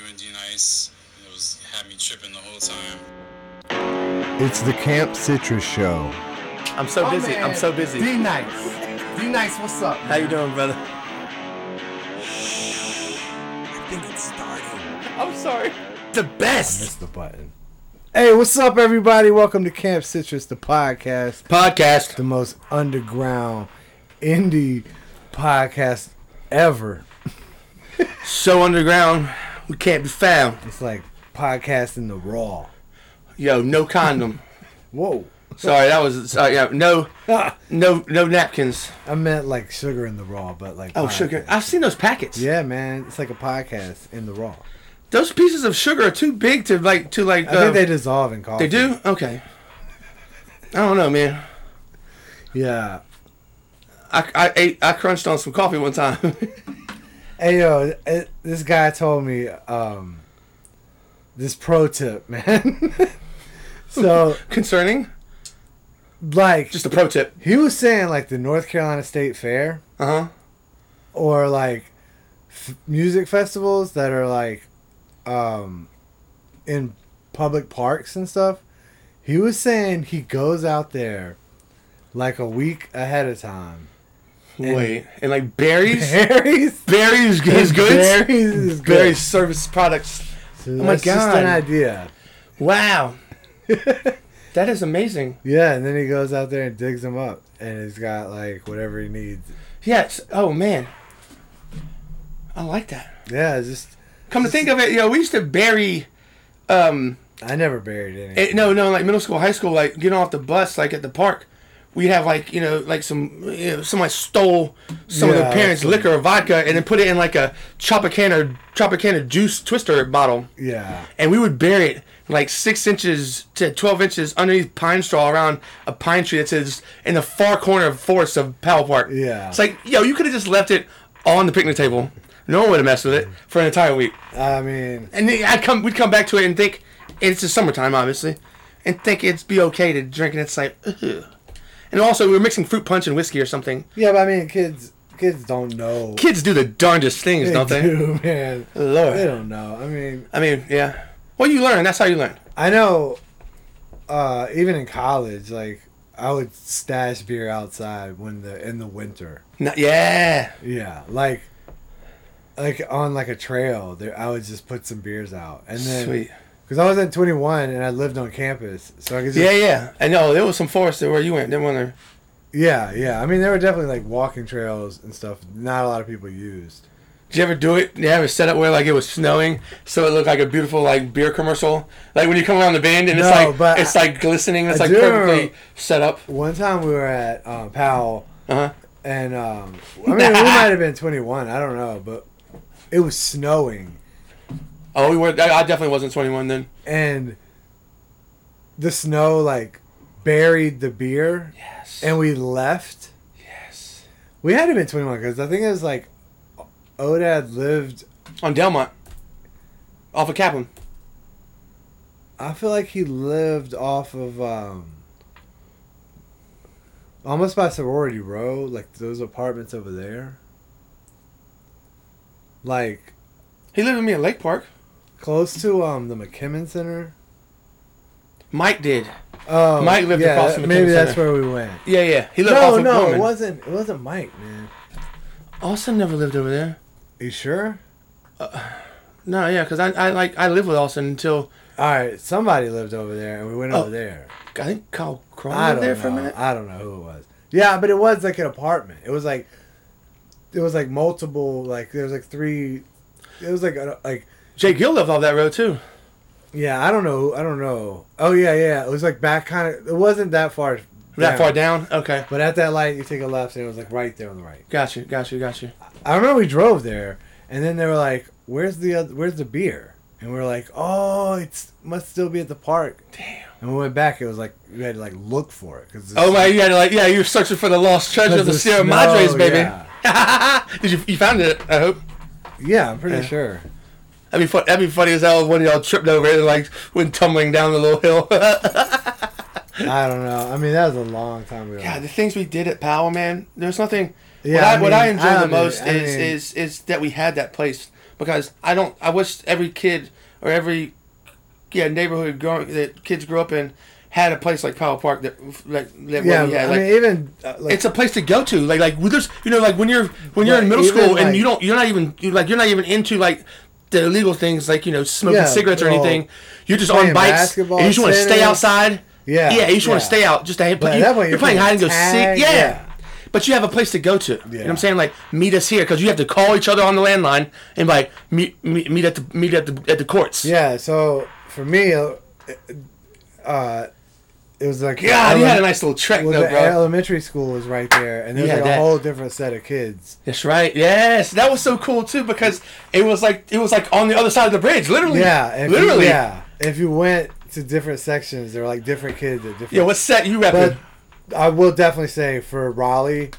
Indian Ice. It was had me tripping the whole time. It's the Camp Citrus Show. I'm so Oh, busy. I'm so busy. D Oh, nice. D nice, what's up? How you doing, brother? I think it's starting. I'm sorry. The best the button. Hey, what's up, everybody? Welcome to Camp Citrus, the podcast, podcast. the most underground indie podcast ever. So underground, we can't be found. It's like podcasting the raw. Yo, no condom. Whoa, sorry, that was sorry. Yeah, no, Ah, no, no napkins. I meant like sugar in the raw, but like Oh, podcast. sugar. I've seen those packets. Yeah, man, it's like a podcast in the raw. Those pieces of sugar are too big to like to like. I uh, think they dissolve in coffee. they do. Okay. I don't know, man. Yeah. I, I ate. I crunched on some coffee one time. Hey yo, it, this guy told me um, this pro tip, man. so Concerning. like, Just a pro tip. he was saying like the North Carolina State Fair Uh huh. or like f- music festivals that are like um, in public parks and stuff. He was saying he goes out there like a week ahead of time. And- Wait, and like berries. Berries. berries. His and goods. Berries is good. Berries. Service products. So my that's just God. an idea. Wow. that is amazing. Yeah, and then he goes out there and digs them up, and he's got like whatever he needs. Yes. Oh man. I like that. Yeah, it's just Come to think of it, you know, we used to bury um I never buried any. eh, no, no, like middle school, high school, like getting off the bus like at the park. We'd have like, you know, like some you know, somebody stole some of Yeah, their parents' some- liquor or vodka and then put it in like a chop a can or chop a can of juice twister bottle. yeah, And we would bury it like six inches to twelve inches underneath pine straw around a pine tree that says in the far corner of forest of Powell Park. Yeah. It's like, yo, you could have just left it on the picnic table. No one would have messed with it for an entire week. I mean, And then I'd come, we'd come back to it and think, and it's the summertime, obviously, and think it'd be okay to drink, and it's like, ugh. And also, we were mixing fruit punch and whiskey or something. yeah, but I mean, kids, kids don't know. Kids do the darndest things, they don't they? do, man. Lord. They don't know. I mean, I mean, yeah. Well, you learn. That's how you learn. I know. Uh, even in college, like I would stash beer outside when the in the winter. Not, yeah. Yeah, like. Like on like a trail, there I would just put some beers out, and then Sweet. because I wasn't twenty one and I lived on campus, so I could just Yeah, yeah. I know. There was some forest there where you went. There were there. Yeah, yeah. I mean, there were definitely like walking trails and stuff. Not a lot of people used. Did you ever do it? Did you ever set up where like it was snowing, so it looked like a beautiful like beer commercial? Like when you come around the bend and No, it's but like it's like glistening. It's I like do. perfectly set up. One time we were at um, Powell, Uh huh. and um, I mean, we might have been 21. I don't know, but it was snowing, Oh, we were. I I definitely wasn't 21 then. and the snow like buried the beer, Yes. and we left. yes. We had to have been 21 because I think it was like Odad lived. On Delmont. Off of Kaplan. I feel like he lived off of um, almost by sorority row, like those apartments over there. Like He lived with me in Lake Park. close to um the McKimmon Center. Mike did. Oh, Mike lived yeah, across from McKimmon maybe that's Center. where we went. Yeah, yeah. He lived off No, of no, Gorman. it wasn't. It wasn't Mike, man. Austin never lived over there. You sure? No, yeah, because I, I like I lived with Austin until All right, somebody lived over there, and we went Oh, over there. I think Kyle Cron I lived don't there know. for a minute. I don't know who it was. Yeah, but it was like an apartment. It was like it was like multiple like there was like three it was like a, like Jake Gill lived off that road too. yeah, I don't know. I don't know. Oh yeah, yeah. It was like back kind of it wasn't that far That far down. Okay. But at that light you take a left and it was like right there on the right. Got you. Got you. Got you. I remember we drove there and then they were like, "Where's the other, where's the beer?" And we were like, "Oh, it's must still be at the park." Damn. And when we went back, it was like we had to like look for it cuz Oh my! You had to like yeah. You were searching for the lost treasure of the Sierra oh, Madres, baby. Did you? You found it? I hope. Yeah, I'm pretty Yeah. sure. That'd be fun. That'd be funny as hell if one of y'all tripped over it and like went tumbling down the little hill. I don't know. I mean, that was a long time ago. God, the things we did at Powell, man. There's nothing. Yeah, what I, I what I mean, enjoy I the don't- most I is, mean- is is that we had that place because I don't. I wish every kid or every yeah neighborhood growing that kids grew up in had a place like Powell Park that like that Yeah, yeah, we had. I Like, mean, even uh, like, it's a place to go to. Like like there's you know like when you're when you're in Right, middle even, school and like- you don't you're not even you like you're not even into like the illegal things like you know smoking Yeah, cigarettes or well, anything. You're just playing on bikes and basketball, you just want to stay tennis. outside. Yeah, yeah. You just want yeah. to stay out just to hang. But you, that way are you're playing playing hide and go tag, seek. Yeah. yeah. But you have a place to go to. You know Yeah. what I'm saying? Like, meet us here because you have to call each other on the landline and like meet meet, meet at the meet at the at the courts. yeah. So for me, uh, uh, it was like God, you had a ele- nice little trek well, though, the bro. elementary school was right there, and there was Yeah, like that- a whole different set of kids. That's right. Yes, that was so cool too because it was like it was like on the other side of the bridge, literally. Yeah, if literally. You, yeah. yeah, if you went to different sections, there were like different kids at different. Yo, what set you repping? But I will definitely say for Raleigh,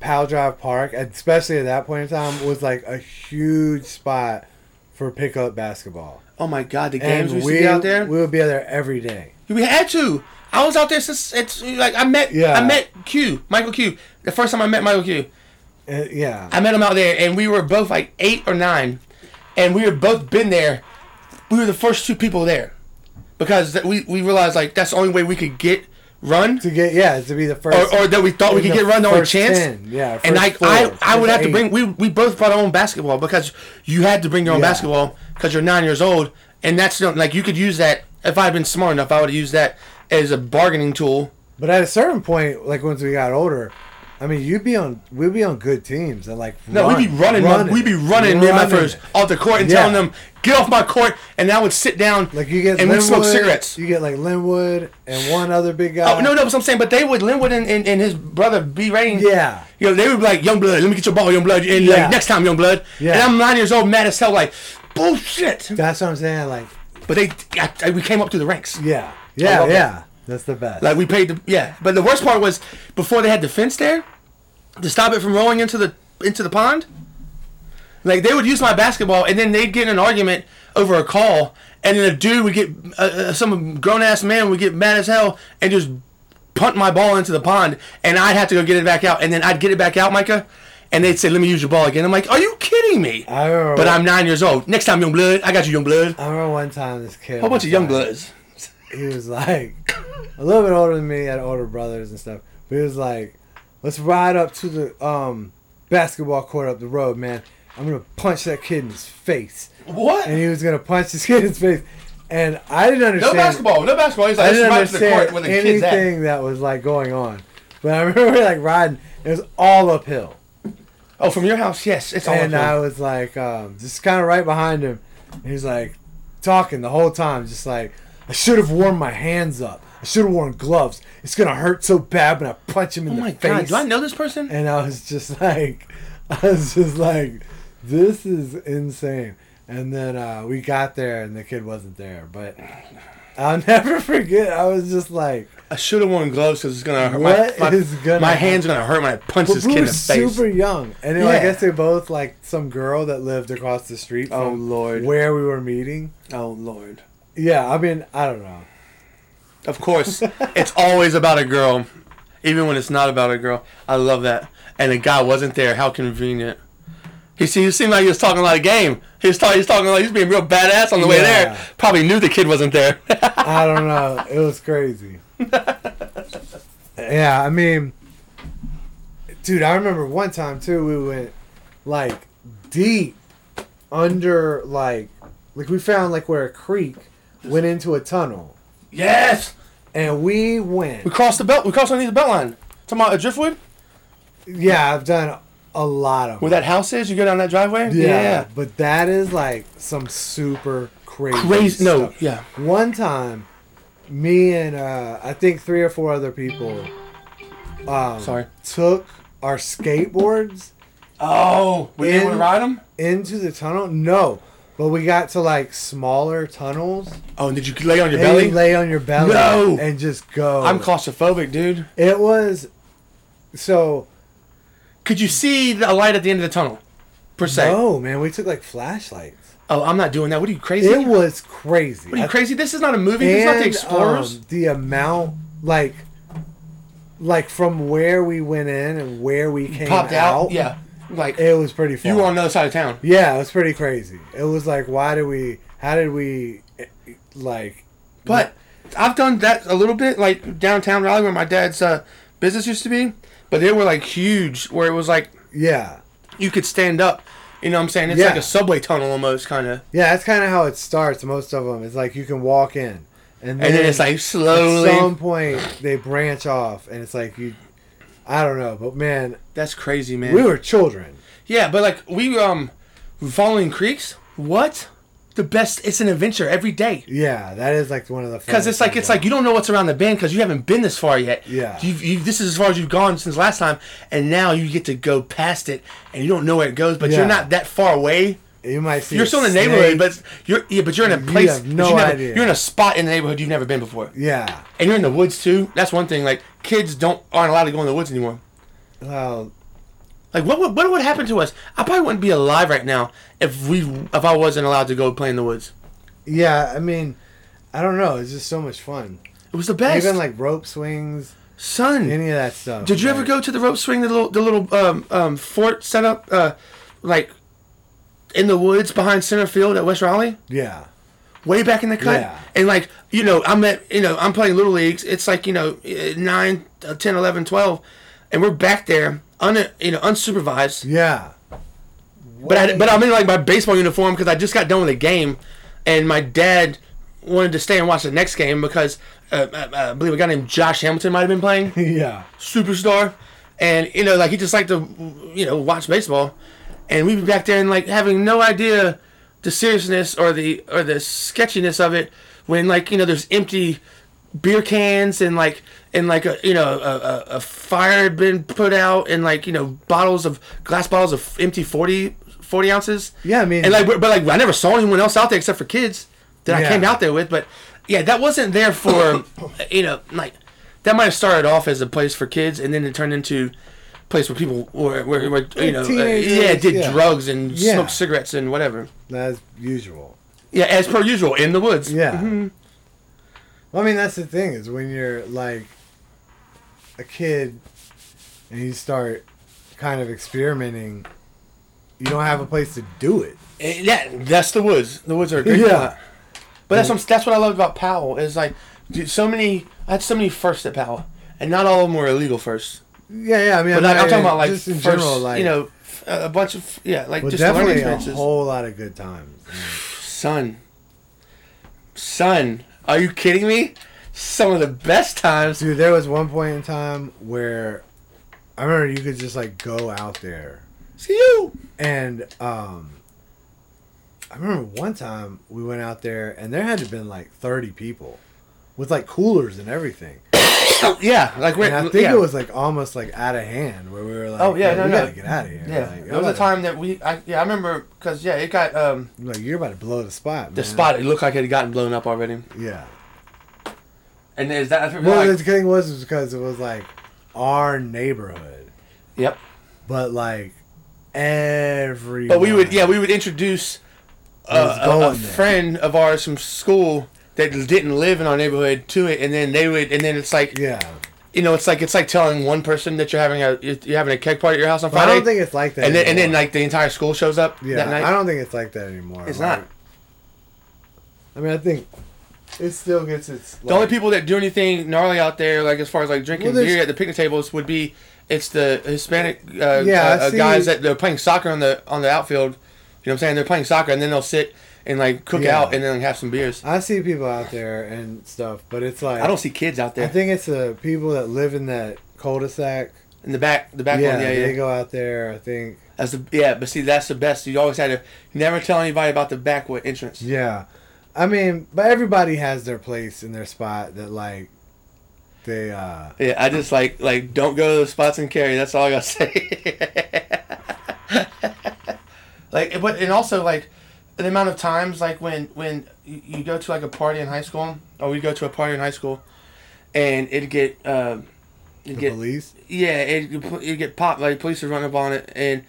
Powell Drive Park, especially at that point in time, was like a huge spot for pickup basketball. Oh my god, the And games we used to be out there. we would be out there every day. We had to. I was out there since it's like I met. Yeah. I met Q, Michael Q. The first time I met Michael Q, Uh, yeah, I met him out there, and we were both like eight or nine, and we were both been there. We were the first two people there because that we we realized like that's the only way we could get run. to get yeah to be the first or, or that we thought we in could the get run the only first chance. 10, yeah, and I, first I, four, I would first have to eight. bring. We we both brought our own basketball because you had to bring your own Yeah. basketball because you're nine years old, and that's not, like you could use that. If I'd been smart enough, I would have used that as a bargaining tool. But at a certain point, like once we got older, I mean, you'd be on, we'd be on good teams and like No, run- we'd be running. my- we'd be running, me and my friends off the court and Yeah. telling them get off my court, and I would sit down. Like you get and we'd Linwood, smoke cigarettes. You get like Linwood and one other big guy. Oh no, no, that's what I'm saying. But they would Linwood and, and, and his brother B Rain. Yeah. You know, they would be like, Young Blood, let me get your ball, Young Blood. And Yeah. like next time, Young Blood. Yeah. And I'm nine years old, mad as hell, like, bullshit. That's what I'm saying. Like, But they, I, I- we came up through the ranks. yeah, I yeah, love yeah. That's the best. Like we paid the yeah. But the worst part was before they had the fence there to stop it from rolling into the into the pond. Like they would use my basketball, and then they'd get in an argument over a call, and then a dude would get uh, uh, some grown ass man would get mad as hell and just punt my ball into the pond, and I'd have to go get it back out, and then I'd get it back out, Micah. And they'd say, "Let me use your ball again." I'm like, "Are you kidding me?" I remember- But I'm nine years old. Next time, young blood, I got you, young blood. I remember one time this kid. Whole bunch was of young like- bloods. He was like a little bit older than me. Had older brothers and stuff. But he was like, "Let's ride up to the um basketball court up the road, man. I'm gonna punch that kid in his face." What? and he was gonna punch this kid in his face. And I didn't No understand. basketball, no basketball. He's like, I let's didn't ride to the understand court where the kids at. anything that was like going on. But I remember like riding. It was all uphill, Oh, from your house? Yes, it's all and uphill. I was like, um, just kind of right behind him. And he's like talking the whole time, just like I should have worn my hands up. I should have worn gloves. It's gonna hurt so bad when I punch him in Oh the my face. god, do I know this person? and I was just like, I was just like, this is insane. And then uh, we got there, and the kid wasn't there. But I'll never forget. I was just like, I should have worn gloves because it's gonna hurt. What my, my, is gonna my happen? hands are gonna hurt when I punch but this we kid in were the face. super young, and then I Yeah. guess they both like some girl that lived across the street. From Oh, Lord. where we were meeting. Oh lord. Yeah, I mean, I don't know. Of course, it's always about a girl, even when it's not about a girl. I love that. And the guy wasn't there. How convenient. He, se- he seemed like he was talking a lot of game. He was, talk, he was talking like he was being real badass on the way Yeah. there. Probably knew the kid wasn't there. I don't know. It was crazy. yeah, I mean, dude, I remember one time too. We went like deep under like like we found like where a creek went into a tunnel, yes, and we we went. crossed the belt. We crossed underneath the belt line. Talking about a driftwood. Yeah, I've done a lot of. where that house is. You go down that driveway. yeah, but that is like some super crazy. Crazy. No. stuff. Yeah. one time me and uh, i think three or four other people um, Sorry. took our skateboards Oh, we In- able to ride them. into the tunnel no but we got to like smaller tunnels Oh, and did you lay on your and belly? you lay on your belly No. and just go I'm claustrophobic, dude. it was so Could you see the light at the end of the tunnel? Per se. no man we took like flashlights Oh, I'm not doing that. What are you crazy? it was crazy what are you I- crazy? This is not a movie. This is not and the Explorers. um, the amount like like from where we went in and where we came Popped out. Yeah. Like It was pretty far. you were on the other side of town. Yeah, it was pretty crazy. It was like, why did we? How did we? eh, Like, But I've done that a little bit, like downtown Raleigh, where my dad's uh, business used to be. But they were like huge, where it was like yeah, you could stand up. You know what I'm saying? It's like Yeah. a subway tunnel almost, kind of. yeah. That's kind of how it starts. Most of them, it's like you can walk in, and then, And then it's like at slowly. some point they branch off, and it's like you. I don't know, but man, That's crazy, man. we were children. yeah, but like we um, following creeks. What? The best. It's an adventure every day. Yeah, that is like one of the. Because it's like it's like you don't know what's around the bend because you haven't been this far yet. Yeah. You've, you this is as far as you've gone since last time, and now you get to go past it, and you don't know where it goes, but Yeah. you're not that far away. you might see. You're a still in the snake. neighborhood, but you're yeah, but you're in a You place have that no you never, idea. You're in a spot in the neighborhood you've never been before, yeah, and you're in the woods too. That's one thing. Like kids don't aren't allowed to go in the woods anymore. well, Like what would what would happen to us? I probably wouldn't be alive right now if we if I wasn't allowed to go play in the woods. yeah. I mean, I don't know. It's just so much fun. It was the best. Even like rope swings, son. any of that stuff. Did you ever like- go to the rope swing, the little, the little um, um, fort set up, uh, like in the woods behind center field at West Raleigh, Yeah. way back in the cut? Yeah. And like, you know, I'm at, you know, I'm playing little leagues. It's like, you know, eh, 9, uh, 10, 11, 12, and we're back there, un, you know, unsupervised. Yeah. But I, but I'm in like my baseball uniform because I just got done with a game, and my dad wanted to stay and watch the next game because uh, I, I believe a guy named Josh Hamilton might have been playing. Yeah. superstar, and you know, like he just liked to, you know, watch baseball, and we'd be back there and like having no idea the seriousness or the or the sketchiness of it when like you know there's empty beer cans and like and like a you know a, a, a fire had been put out and like you know bottles of glass bottles of empty 40, 40 ounces Yeah, I mean- and like but but, like I never saw anyone else out there except for kids that I Yeah. came out there with but yeah that wasn't there for you know like that might have started off as a place for kids and then it turned into a place where people were, were, were you know uh, Teenagers, yeah did yeah. drugs and Yeah. smoked cigarettes and whatever As usual. yeah as per usual in the woods Mm-hmm. Yeah. Well, I mean, that's the thing is when you're like a kid and you start kind of experimenting, you don't have a place to do it. Eh, that that's the woods. The woods are a great Yeah. Mm-hmm. spot. But that's what, I'm- that's what I loved about Powell is like, dude, so many. I had so many firsts at Powell, and not all of them were illegal firsts. Yeah, yeah. I mean, But like, I'm talking about like just in first, general, like you know, f- a bunch of yeah, like well, just learning definitely a experiences. whole lot of good times. Son, son, are you kidding me? Some of the best times. Dude, there was one point in time where I remember you could just like go out there See you. And um, I remember one time we went out there, and there had to been like thirty people with like coolers and everything. Yeah, like when And I think yeah. it was like almost like out of hand, where we were like, Oh, yeah, "Yo, no, we no. gotta get out of here." Yeah, like, there was a "Y'all time that we. I, yeah, I remember because yeah, it got um about to- like you're about to blow the spot. the man." spot. It looked like it had gotten blown up already. Yeah. And is that? Well, like- the thing was, was because it was like our neighborhood, Yep. but like every. But we would, yeah, we would introduce uh, Let's a, go a in there. friend of ours from school that didn't live in our neighborhood to it, and then they would, and then it's like, Yeah, you know, it's like it's like telling one person that you're having a you're having a keg party at your house on but I Friday, don't think it's like that. and then and then anymore. like the entire school shows up yeah, that night. I don't think it's like that anymore. it's Like, not. I mean, I think it still gets its. The only people that do anything gnarly out there, like as far as like drinking Well, there's- beer at the picnic tables, would be it's the Hispanic uh, Yeah, I uh, uh, see- guys that they're playing soccer on the on the outfield. You know what I'm saying? They're playing soccer, and then they'll sit and like cook Yeah. out, and then like, have some beers. I see people out there and stuff, but it's like I don't see kids out there. I think it's the people that live in that cul-de-sac. In the back, the back yeah, one, yeah, yeah. they go out there. I think. That's the yeah, but see, that's the best. You always had to never tell anybody about the back way entrance. Yeah, I mean, but everybody has their place and their spot that like they. uh Yeah, I just like like don't go to the spots and carry. That's all I gotta say. like, but and also like the amount of times like when when you you go to like a party in high school, or we go to a party in high school, and it'd get um, The it'd get police. Yeah, it you get popped. Like police would run up on it, and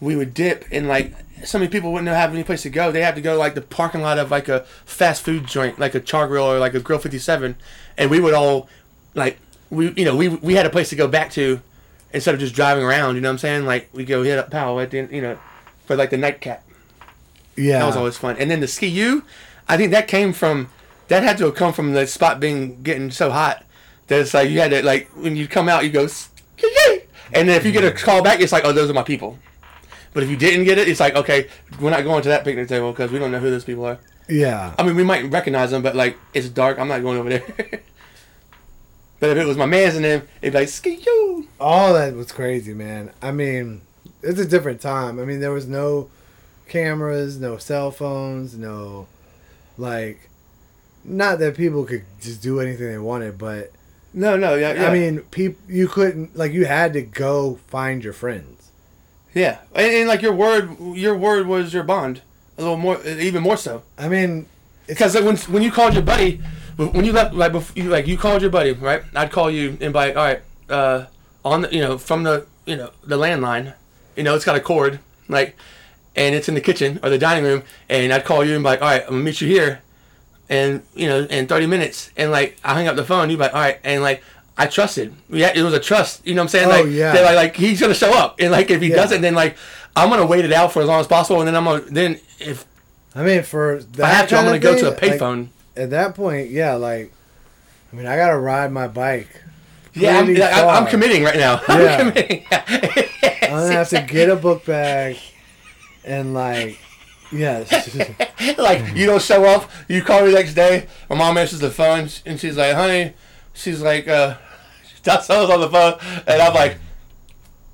we would dip, and like so many people wouldn't have any place to go. They had to go like the parking lot of like a fast food joint, like a Char Grill or like a Grill Fifty Seven, and we would all like we you know we we had a place to go back to instead of just driving around. You know what I'm saying? Like we go hit up Powell at the end, you know for like the nightcap. Yeah. That was always fun. And then the ski you, I think that came from that had to have come from the spot being getting so hot that it's like you had to like when you come out you go ski and then if you get a Mm-hmm. call back it's like oh those are my people. But if you didn't get it, it's like okay, we're not going to that picnic table because we don't know who those people are. yeah. I mean, we might recognize them, but like it's dark. I'm not going over there. but if it was my man's and them, it'd be like ski you. all that was crazy, man. I mean, it's a different time. I mean, there was no cameras, no cell phones, no like not that people could just do anything they wanted, but No, no, yeah, yeah. I mean, peop you couldn't like you had to go find your friends. yeah, and, and like your word, your word was your bond. A little more, even more so. I mean, Because like, when when you called your buddy, when you left like before, you, like you called your buddy, right? I'd call you and be like, all right, uh, on the you know from the you know the landline, you know it's got a cord like, and it's in the kitchen or the dining room, and I'd call you and be like, all right, I'm gonna meet you here, and you know in 30 minutes, and like I hung up the phone, you'd be like, all right, and like. I trusted. Yeah, it was a trust. You know what I'm saying? Oh, like, yeah. they're like, like he's gonna show up, and like if he Yeah. doesn't, then like I'm gonna wait it out for as long as possible, and then I'm gonna then if I mean for that I have to, I'm kind gonna of go to a thing, like, payphone. at that point, yeah, like I mean, I gotta ride my bike. Yeah, I'm, pretty I- I'm, I'm far. committing right now. Yeah. I'm committing. I'm gonna have to get a book bag, and like, yes. like you don't show up. You call me the next day. My mom answers the phone and she's like, "Honey," she's like, "Uh," that's I was on the phone, and I'm like.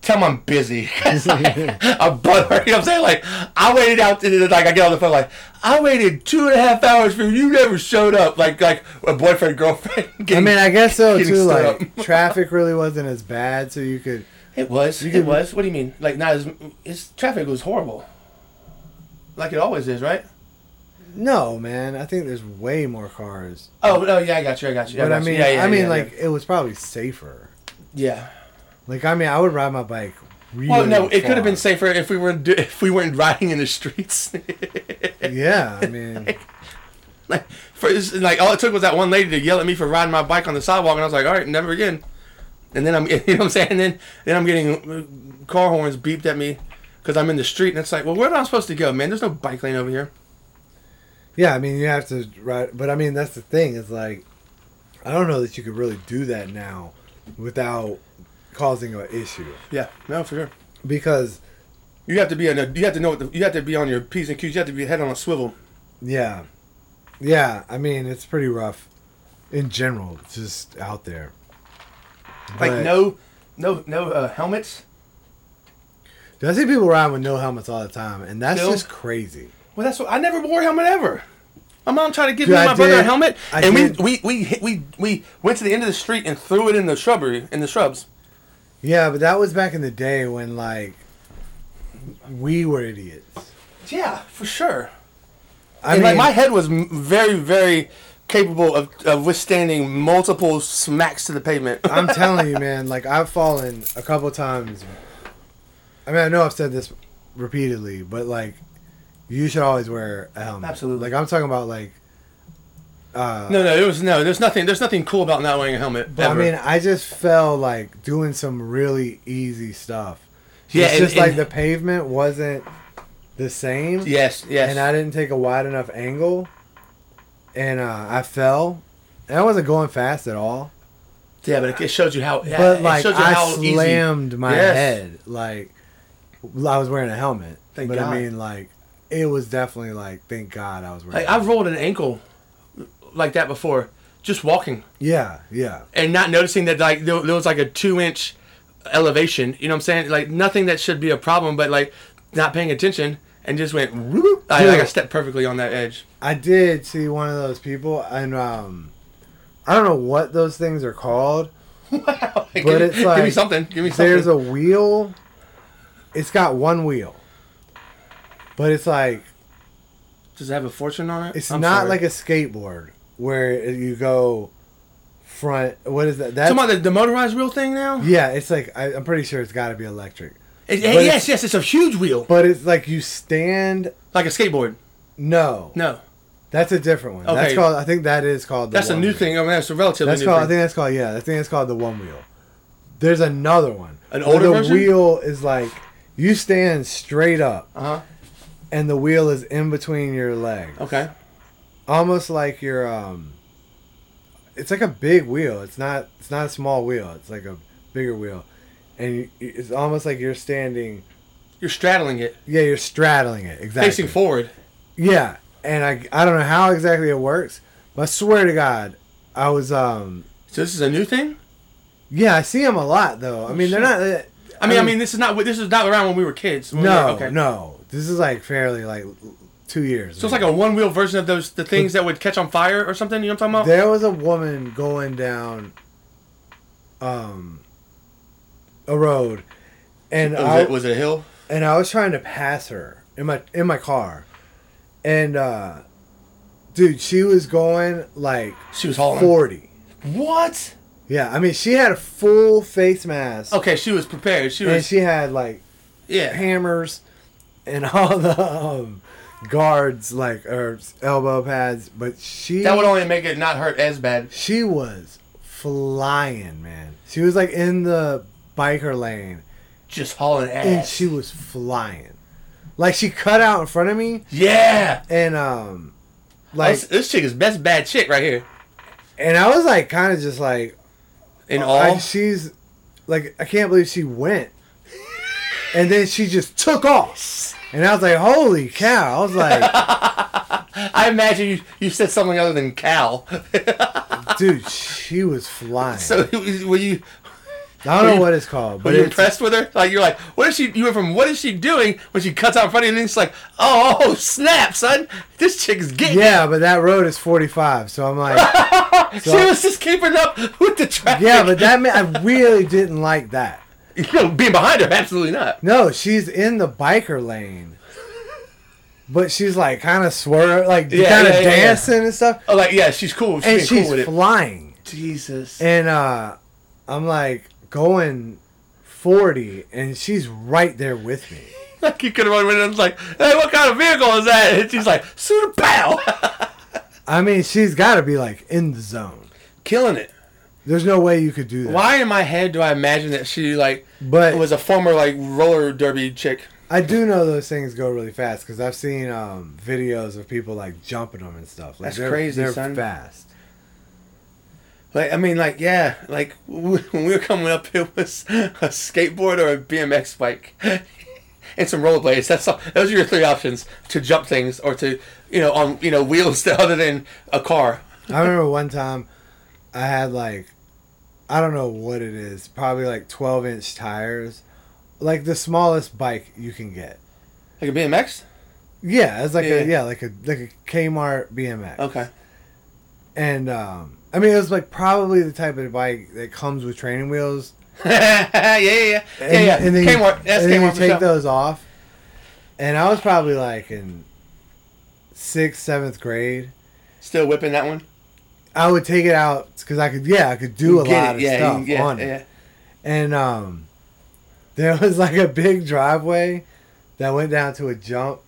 Tell them I'm busy. It's like, I'm butt hurt. You know what I'm saying? Like, I waited out, and then, like, I get on the phone, like, I waited two and a half hours for you. You never showed up. Like, like a boyfriend, girlfriend. I getting- mean, I guess so getting too. stood Like traffic really wasn't as bad, so you could. It was. can- It was. What do you mean? Like not as it's traffic was horrible. Like it always is, right? No, man, I think there's way more cars. Oh no, yeah, I got you. I got you. But I got you. mean, Yeah, yeah, I mean, yeah, like it was probably safer. yeah. Like I mean, I would ride my bike. Really Well, Oh, no, it could have been far. safer if we were do- if we weren't riding in the streets. Yeah, I mean, like, for, it's like all it took was that one lady to yell at me for riding my bike on the sidewalk, and I was like, all right, never again. And then I'm, you know what I'm saying? And then then I'm getting uh, car horns beeped at me because I'm in the street, and it's like, well, where am I supposed to go, man? There's no bike lane over here. yeah, I mean, you have to ride. But I mean, that's the thing is like, I don't know that you could really do that now without causing an issue Yeah, no, for sure. because You have to be on a, you have to know what the, you have to be on your p's and q's. You have to be head on a swivel. yeah, yeah. I mean, it's pretty rough in general, just out there. Like Right. no, no, no uh, helmets. Dude, I see people riding with no helmets all the time, and that's No. just crazy. Well, that's what I never wore a helmet ever. My mom tried to give Dude, me I and my brother a did. helmet, I and did. we we we hit, we we went to the end of the street and threw it in the shrubbery in the shrubs. Yeah, but that was back in the day when like we were idiots. Yeah, for sure. I and mean, like my head was m- very very capable of, of withstanding multiple smacks to the pavement. I'm telling you, man. Like I've fallen a couple times. I mean, I know I've said this repeatedly, but like, you should always wear a helmet. Absolutely. Like I'm talking about like. Uh, no, no, it was no. There's nothing. There's nothing cool about not wearing a helmet. but I ever. mean, I just fell like doing some really easy stuff. yeah, it's and- just like and- the pavement wasn't the same. yes, yes. and I didn't take a wide enough angle, and uh, I fell, and I wasn't going fast at all. yeah, but it shows you how. but it like shows you I how easy- slammed my Yes. head, like I was wearing a helmet. Thank but God. I mean, like it was definitely like thank God I was wearing. Like a helmet. I've rolled an ankle like that before, just walking yeah, yeah, and not noticing that like there, there was like a two inch elevation. You know what I'm saying? Like nothing that should be a problem, but like not paying attention and just went. whoop. I, like I Dude. stepped perfectly on that edge. I did see one of those people, and um, I don't know what those things are called. Wow! Give But me- it's give me like, something. Give me something. There's a wheel. It's got one wheel, but it's like Does it have a fortune on it? It's not like a skateboard where you go front. What is that? That's, Talking about the, the motorized wheel thing now? yeah, it's like I, I'm pretty sure it's got to be electric. but It- yes, it's- yes, it's a huge wheel. But it's like you stand. Like a skateboard. No, No. that's a different one. That's Okay. called. I think that is called. The That's a one new wheel. thing. I mean, that's a relatively That's new called. I thing. think that's called. Yeah, I think that's called the one wheel. There's another one. An where older the version? wheel is like you stand straight up Uh huh. and the wheel is in between your legs. Okay. Almost like your um it's like a big wheel. It's not it's not a small wheel. It's like a bigger wheel. And you, it's almost like you're standing You're straddling it, yeah, you're straddling it. Exactly. facing forward. Yeah, and I I don't know how exactly it works, but I swear to God, I was um So this is a new thing. yeah I see them a lot though. I mean they're not. uh, I mean, I mean, this is not this is not around when we were kids. When we no were- okay. no this is like fairly like two years. So it's like a one wheel version of those the things that would catch on fire or something. You know what I'm talking about? there was a woman going down um a road, and was, I it, was it a hill? and I was trying to pass her in my in my car, and uh, dude she was going like She was hauling. forty. What? Yeah, I mean she had a full face mask. Okay, she was prepared. She and was she had like yeah. hammers and all the um, guards like or elbow pads but she That would only make it not hurt as bad. she was flying man she was like in the biker lane Just hauling ass. and she was flying like she cut out in front of me yeah. and um like This, this chick is best bad chick right here. and i was like kind of just like In all. I- she's like i can't believe she went and then she just took off and i was like holy cow i was like I imagine you, you said something other than cow. Dude, she was flying. so were you I don't you- know what it's called, were but you it's, impressed with her? Like you're like, what is she? You went from what is she doing when she cuts out in front of you, and then it's like, oh snap, son, this chick is getting. yeah, but that road is 45, so I'm like, She so- was just keeping up with the traffic. yeah, but that man, I really didn't like that. you know, being behind her, absolutely not. No, she's in the biker lane, but she's like kind of swerve, like Yeah, kind of yeah, yeah, yeah. dancing and stuff, Oh, like yeah, she's cool. She's and being she's cool with flying. it. Jesus. And uh, I'm like going 40, and she's right there with me. like you could have run with it. I was like, hey, what kind of vehicle is that? And she's like, super pow, I mean, she's got to be like in the zone. killing it. There's no way you could do that. Why in my head do I imagine that she like But was a former like roller derby chick? I do know those things go really fast because I've seen um, videos of people like jumping them and stuff. Like, That's crazy, son. fast. Like I mean, like yeah, like w- when we were coming up, it was a skateboard or a BMX bike, and some rollerblades. That's all. Those are your three options to jump things or to you know on you know wheels that other than a car. I remember one time I had like I don't know what it is, probably like twelve inch tires, like the smallest bike you can get. Like a BMX. Yeah, it's like Yeah. a yeah, like a like a Kmart BMX. Okay. And um, I mean, it was like probably the type of bike that comes with training wheels. yeah, yeah, yeah, yeah, And, yeah. and then you, Kmart. That's and then you Kmart. for take sure. those off. And I was probably like in sixth, seventh grade. Still whipping that one. I would take it out because I could, yeah, I could do a You get lot it, of yeah, you stuff can get it, on it. yeah. And um, there was like a big driveway that went down to a jump,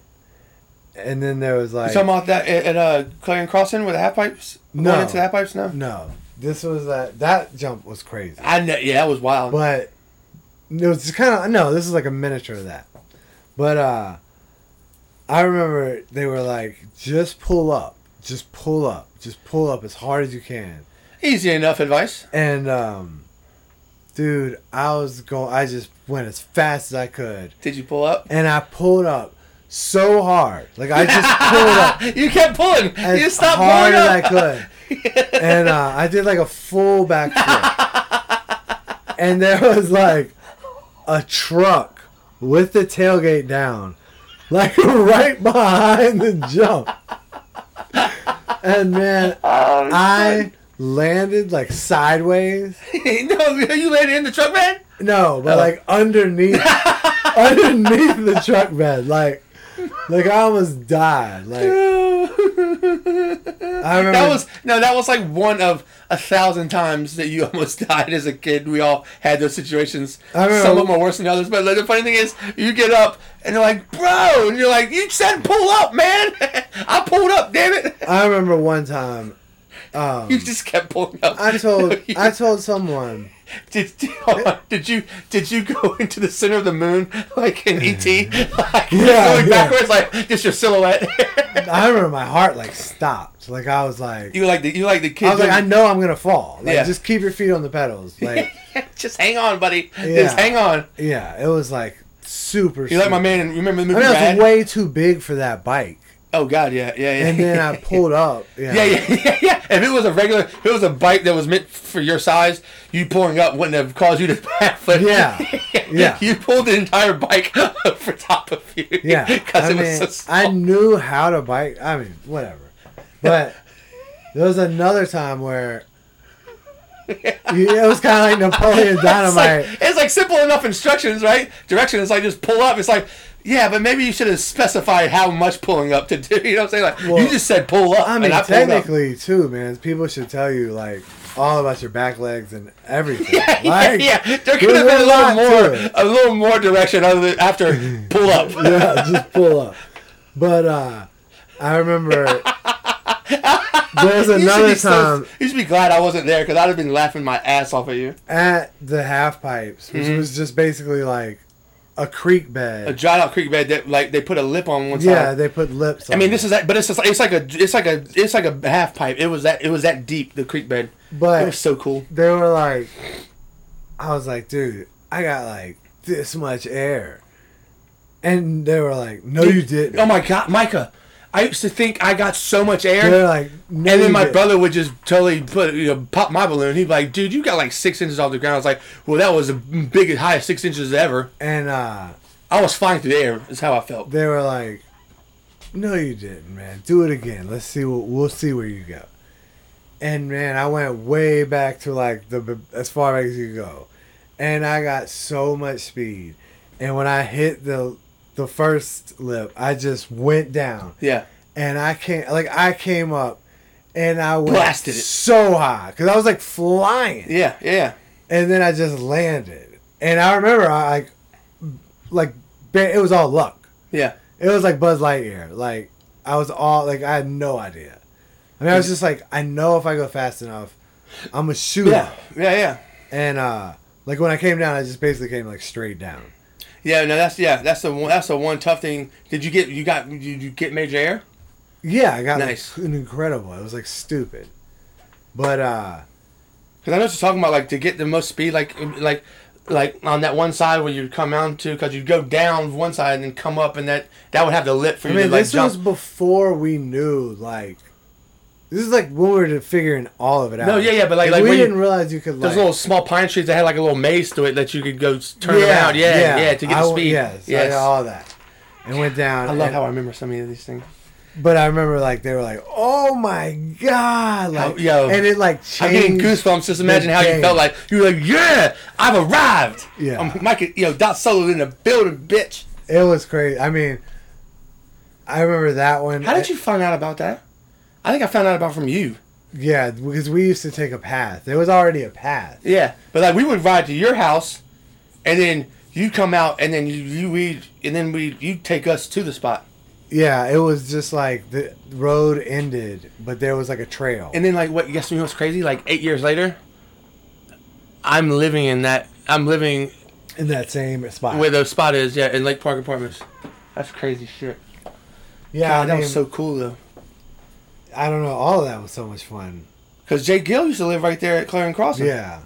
and then there was You like talking about that at, at uh, Clarion Crossing with the half pipes? No. Going into the half pipes? No. no, this was that that jump was crazy, I know. Yeah, that was wild. but it was just kind of no, this is like a miniature of that, but uh, I remember they were like, just pull up, just pull up, just pull up as hard as you can. Easy enough advice. And um dude, I was going I just went as fast as I could. Did you pull up? And I pulled up so hard. Like I just pulled up you kept pulling. as you stopped hard pulling as up. I could. and uh, I did like a full backflip. and there was like a truck with the tailgate down, like right behind the jump. And man, I landed like sideways. no, you landed in the truck, man. No, Oh. but like underneath, underneath the truck bed, like, like I almost died. Like I remember That was no, that was like one of a thousand times that you almost died as a kid. We all had those situations. I remember- Some of them are worse than others, but the funny thing is, you get up and you're like, "Bro," and you're like, "You said pull up, man." I pulled up, damn it. I remember one time Um, you just kept pulling up. I told You- I told someone Did, did, hold on. Did you did you go into the center of the moon like in ET? Like Yeah, going yeah. backwards, like just your silhouette. I remember my heart like stopped. Like I was like you like the you like the kid. I was like, I doing- know I'm gonna fall. Like Yeah. just keep your feet on the pedals. Like just hang on, buddy. Yeah. Just hang on. yeah, it was like super You like my super- man? and Remember the I movie? mean I Rad? was way too big for that bike. oh God, yeah, yeah, yeah. And then I pulled up. Yeah. Yeah, yeah, yeah, yeah. If it was a regular, if it was a bike that was meant for your size, you pulling up wouldn't have caused you to backflip. Yeah, yeah. You pulled the entire bike over top of you. Yeah. because I it mean was so small. I knew how to bike I mean, whatever. But there was another time where yeah, it was kinda like Napoleon It's like, Dynamite. it's like simple enough instructions, right? Directions, like just pull up. It's like, yeah, but maybe you should have specified how much pulling up to do. You know what I'm saying? Like, Well, you just said pull up. I and mean, I pulled up. technically, too, man. People should tell you like all about your back legs and everything. Yeah, like, yeah, yeah. There could there's have been a little lot to more, it. a little more direction other than after pull up. Yeah, just pull up. But uh, I remember there's You should another be so- time you should be glad I wasn't there because I'd have been laughing my ass off at you. at the half pipes, which was just basically like a creek Mm-hmm. A bed. dried out creek bed that like they put a lip on one side. yeah, they put lips. on I mean, it. this is that, but it's just, it's like a it's like a it's like a half pipe. It was that it was that deep the creek bed. it But was so cool. they were like, I was like, dude, I got like this much air, and they were like, no, you didn't. Oh my god, Micah! I used to think I got so much air, They're like, no, and you then my didn't. brother would just totally put you know, pop my balloon. He'd be like, "Dude, you got like six inches off the ground." I was like, "Well, that was the biggest, highest six inches ever." and uh, I was flying through the air. Is how I felt. they were like, "No, you didn't, man. Do it again. Let's see what we'll see where you go." And man, I went way back to like the b- as far back as you could go, and I got so much speed. And when I hit the the first lip, I just went down, Yeah, and I can't like I came up, and I went Blasted it. so high because I was like flying. yeah, yeah. and then I just landed. And I remember I like, like ba- it was all luck. Yeah. It was like Buzz Lightyear. Like I was all like I had no idea. I mean, I was just like I know if I go fast enough, I'm a shooter. Yeah, yeah, yeah, And uh, like when I came down, I just basically came like straight down. yeah. No, that's yeah, that's the one. That's the one tough thing. Did you get you got did you get major air? Yeah, I got Nice. like an incredible. It was like stupid, but uh, Because I know what you're talking about, like to get the most speed, like like like on that one side where you come down to, because you'd go down one side and then come up, and that that would have the lip for I you mean, to like this jump. was before we knew like. This is like when we were figuring all of it out. No, yeah, yeah, but, like- like, we when you- didn't realize you could like Those little small pine trees that had like a little maze to it that you could go s- turn around. Yeah, yeah, to get I the w- speed. Yes, I Yes. got all that. And went down. I love and- how I remember so many of these things. But I remember like they were like, "Oh my god!" Like, How- yo. and it like changed. I'm getting goosebumps just imagine how you game. felt like you were like, yeah, I've arrived. Yeah. I'm Mike, you know, Dot Solo in the building, bitch. It was crazy. I mean, I remember that one. How did you find out about that? I think I found out about from you. Yeah, because we used to take a path. There was already a path. Yeah, but like we would ride to your house, and then you come out, and then you, you we and then we you take us to the spot, Yeah, it was just like the road ended, but there was like a trail. and then like what? Guess you know what's crazy? Like eight years later, I'm living in that. I'm living in that same spot. where the spot is. Yeah, in Lake Park Apartments. That's crazy shit. yeah, God, I, that mean, was so cool though. I don't know. All of that was so much fun. Cause Jay Gill used to live right there at Clarion Crossing. Yeah.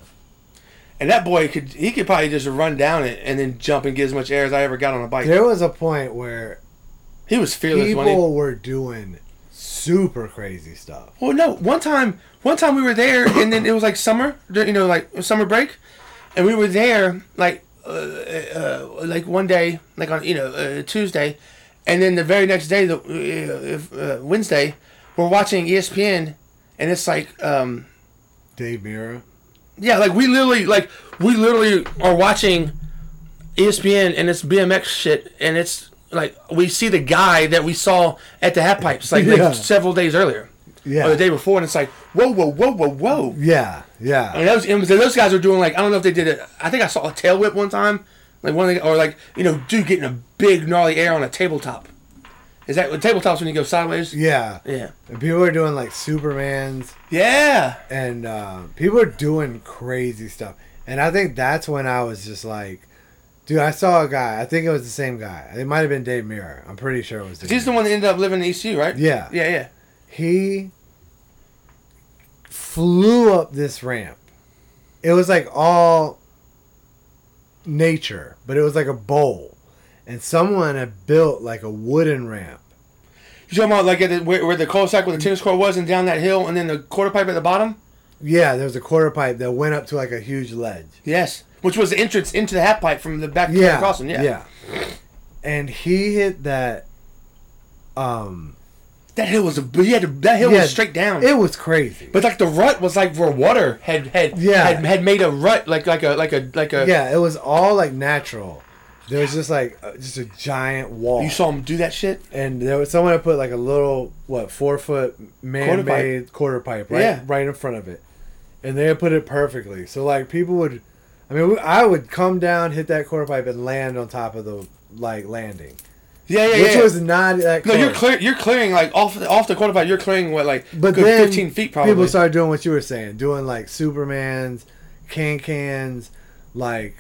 and that boy could he could probably just run down it and then jump and get as much air as I ever got on a bike. There was a point where He was fearless. when he- people were doing super crazy stuff. Well, no. One time, one time we were there, and then it was like summer, you know, like summer break, and we were there like, uh, uh, like one day, like on you know uh, Tuesday, and then the very next day, the uh, if, uh, Wednesday, we're watching E ESPN, and it's like, um, Dave Oh, Mira. yeah, like we literally, like we literally are watching E ESPN, and it's BMX shit, and it's like we see the guy that we saw at the half pipes like, Yeah. like several days earlier Yeah. or the day before, and it's like, whoa, whoa, whoa, whoa, whoa. yeah, yeah. And those, and those guys were doing like, I don't know if they did it. I think I saw a tail whip one time, like one of the, or like you know, dude getting a big gnarly air on a tabletop, Is that with tabletops when you go sideways? Yeah. Yeah. And people are doing like Supermans Yeah. and uh, people are doing crazy stuff. And I think that's when I was just like, dude, I saw a guy. I think it was the same guy. It might have been Dave Mirror. I'm pretty sure it was Dave. He's the Mirra. one that ended up living in ECU, right? Yeah. Yeah, yeah. He flew up this ramp. It was like all nature, but it was like a bowl. And someone had built like a wooden ramp. You talking about like at the, where, where the cul-de-sac where the tennis court was and down that hill and then the quarter pipe at the bottom? Yeah, there was a quarter pipe that went up to like a huge ledge. Yes. Which was the entrance into the half pipe from the back yeah, yeah. crossing. Yeah. And he hit that. Um, That hill was a he had to, that hill Yeah, was straight down. it was crazy. but like the rut was like where water had had, Yeah. had had made a rut like like a like a like a yeah, it was all like natural. There was just like uh, just a giant wall. you saw him do that shit? and there was someone had put like a little what four foot man made quarter pipe right Yeah. right in front of it, and they had put it perfectly. So like people would, I mean, we- I would come down, hit that quarter pipe, and land on top of the like landing, Yeah, yeah, which yeah. was not that. no, you're close. clear. You're clearing like off off the quarter pipe. You're clearing what like But good then fifteen feet probably. people started doing what you were saying, doing like Supermans, can cans, like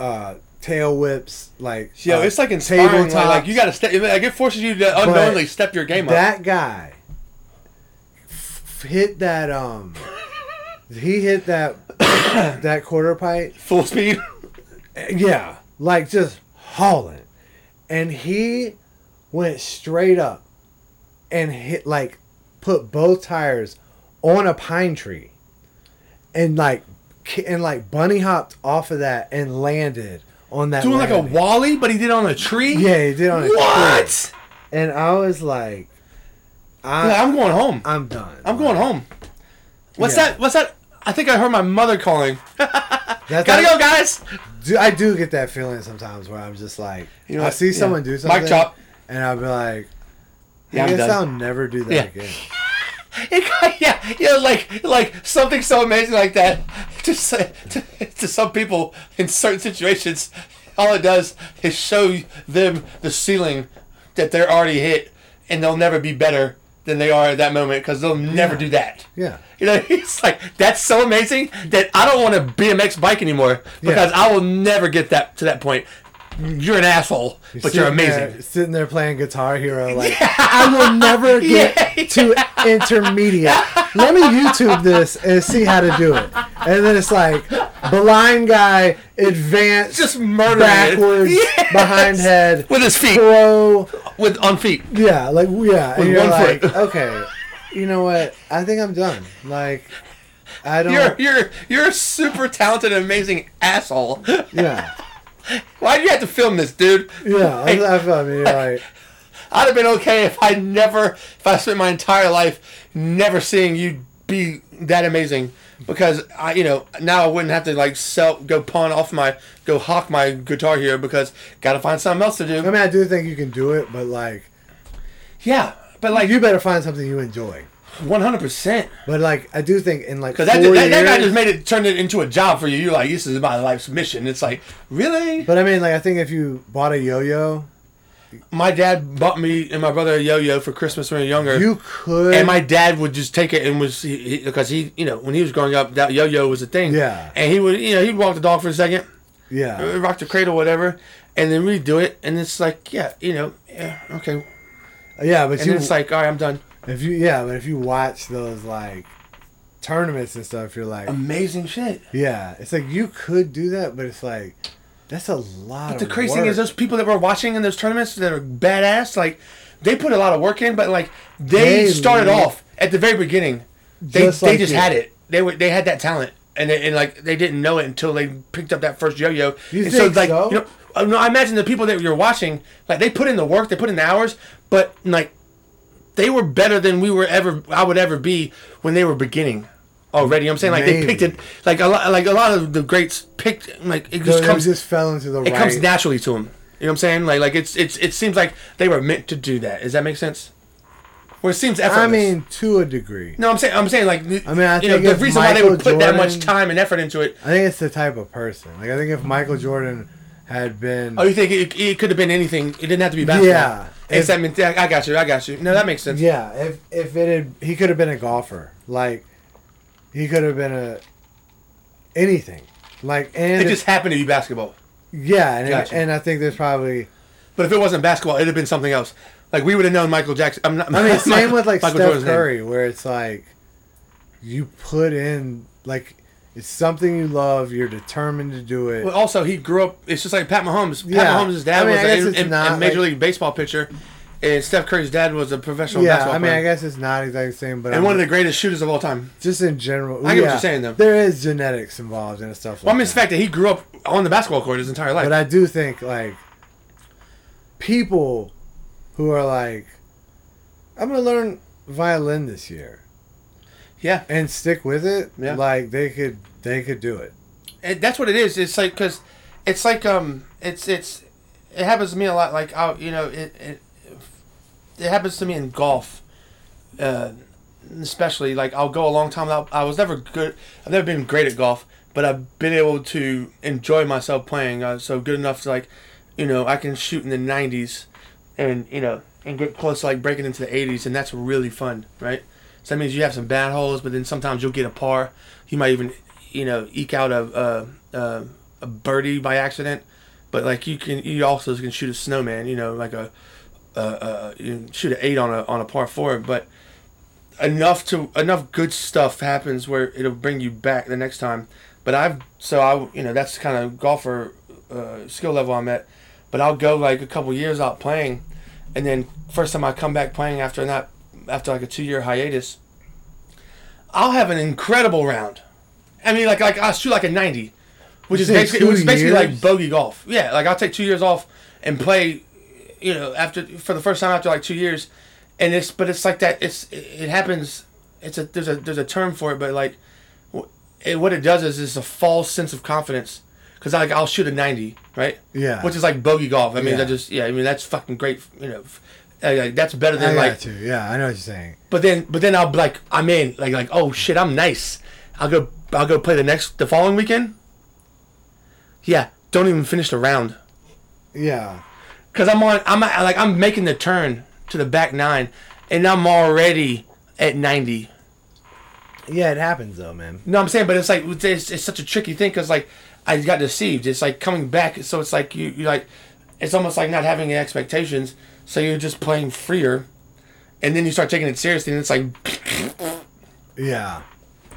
uh, tail whips, like Yo, uh, it's like inspiring. Like, like tabletops. you got to step. Like it forces you to unknowingly step your game up. that guy f- hit that um, he hit that that quarter pipe. Full speed. Yeah, like just hauling, and he went straight up and hit like put both tires on a pine tree, and like ki- and like bunny hopped off of that and landed on that. Doing like a landing. wally, but he did it on a tree. Yeah, he did on a What? tree. And I was like, I, Yeah, I'm going home. I'm done. I'm going home. What's Yeah. that? What's that? I think I heard my mother calling. That's Gotta how- go, guys. do, I do get that feeling sometimes where I'm just like, You know I what? see Yeah. someone do Mic something, drop. and I'll be like, I Yeah, I'm guess done. I'll never do that Yeah. again. yeah, yeah, like like something so amazing like that. Just to, to some people in certain situations, all it does is show them the ceiling that they're already hit, and they'll never be better than they are at that moment because they'll never do that. Yeah. You know, it's like that's so amazing that I don't want a BMX bike anymore because I will never get that to that point. You're an asshole, but you're Sitting amazing. There, sitting there playing Guitar Hero, like I will never get to intermediate. Let me YouTube this and see how to do it. And then it's like blind guy, advanced, Just murdering it. backwards, Yes. behind head, With his feet, pro. with on feet. Yeah, like yeah, and With you're one like, foot. okay, you know what? I think I'm done. Like, I don't. You're you're you're a super talented, and amazing asshole. yeah, Why do you have to film this, dude? yeah. I, I feel. I mean, you're like, I'd have been okay if I never, if I spent my entire life never seeing you be that amazing. Because I, you know, now I wouldn't have to like sell, go pawn off my, go hawk my guitar here because gotta find something else to do. I mean, I do think you can do it, but like, yeah, but like you better find something you enjoy. one hundred percent. But like, I do think in like four Because that, that, years. that guy just made it turned it into a job for you. You're like, this is my life's mission. It's like, really? but I mean, like, I think if you bought a yo-yo, my dad bought me and my brother a yo-yo for Christmas when we were younger. you could. and my dad would just take it and was he, he, because he you know when he was growing up that yo-yo was a thing. Yeah. And he would you know he'd walk the dog for a second, uh, yeah, rock the cradle whatever, and then we'd do it and it's like yeah you know yeah okay yeah. But and you, then it's like all right I'm done. if you, yeah, but if you watch those like tournaments and stuff, you're like, Um, Amazing shit. yeah, it's like you could do that, but it's like. That's a lot. But the of crazy thing work. is those people that were watching in those tournaments that are badass like they put a lot of work in but like they, They started live- off at the very beginning they Just they like just you. had it they were they had that talent and they, and like they didn't know it until they picked up that first yo-yo You and think like so? you know uh, no, I imagine the people that you're watching like they put in the work they put in the hours but like they were better than we were ever I would ever be when they were beginning already I'm saying like they Maybe. picked it like a lot like a lot of the greats picked like it So just it comes just fell into the it right. comes naturally to him. You know what I'm saying? Like, like it's it's it seems like they were meant to do that. Does that make sense? Where it seems effortless. I mean, to a degree. no, I'm saying I'm saying like I mean, I you know think the if reason why they would put Michael that much Jordan- time and effort into it. I think it's the type of person. Like I think if Michael Jordan had been, Oh, you think it, it could have been anything? It didn't have to be basketball. yeah, It's that menta- I got you. I got you. No, that makes sense. Yeah, if if it had, he could have been a golfer. Like he could have been a anything. Like and It just happened to be basketball. yeah, and, Gotcha. and I think there's probably But if it wasn't basketball, it'd have been something else. Like we would have known Michael Jackson. I'm not. I mean, same with like Michael Steph Jordan's name. Curry, where it's like you put in like it's something you love. You're determined to do it. But also, he grew up. It's just like Pat Mahomes. Yeah. Pat Mahomes' dad I mean, I guess was it's a- a, a, not, major like- league baseball pitcher, and Steph Curry's dad was a professional yeah, basketball I mean, player I guess it's not exactly the same, but and I'm- one of the greatest shooters of all time. just in general. I get what yeah, you're saying, though. There is genetics involved and stuff. Well, I like mean, it's that. the fact that he grew up on the basketball court his entire life. But I do think like people who are like, I'm gonna learn violin this year yeah, and stick with it. Yeah. Like they could, they could do it. it, that's what it is. It's like because it's like um, it's it's it happens to me a lot. Like I, you know, it it, it happens to me in golf, uh, especially. Like I'll go a long time without. I was never good. I've never been great at golf, but I've been able to enjoy myself playing. Uh, so good enough to like, you know, I can shoot in the nineties, and you know, and get close to like breaking into the eighties, and that's really fun, right? So that means you have some bad holes, but then sometimes you'll get a par. You might even, you know, eke out a a, a, a birdie by accident. But like you can, you also can shoot a snowman. You know, like a, a, a you can shoot an eight on a on a par four. But enough to enough good stuff happens where it'll bring you back the next time. But I've so I you know that's the kind of golfer uh, skill level I'm at. But I'll go like a couple years out playing, and then first time I come back playing after not after like a two year hiatus, I'll have an incredible round. I mean, like like I'll shoot like a ninety, which is You said basically it was two basically like years? bogey golf. Yeah, like I'll take two years off and play, you know, after for the first time after like two years, and it's but it's like that. It's it happens. It's a there's a there's a term for it, but like it, what it does is it's a false sense of confidence because like I'll shoot a ninety, right? Yeah. Which is like bogey golf. I mean, Yeah. that just yeah. I mean, that's fucking great. You know, f- uh, like, that's better I than got like. you. Yeah, I know what you're saying. But then but then I'll be like I'm in like like oh shit I'm nice. I'll go I'll go play the next the following weekend. Yeah, don't even finish the round Yeah, because I'm on I'm at- like I'm making the turn to the back nine, and I'm already at ninety. yeah, it happens though, man. No, I'm saying, but it's like it's, it's such a tricky thing because like I got deceived. It's like coming back, so it's like you you like it's almost like not having any expectations, so you're just playing freer, and then you start taking it seriously, and it's like Yeah,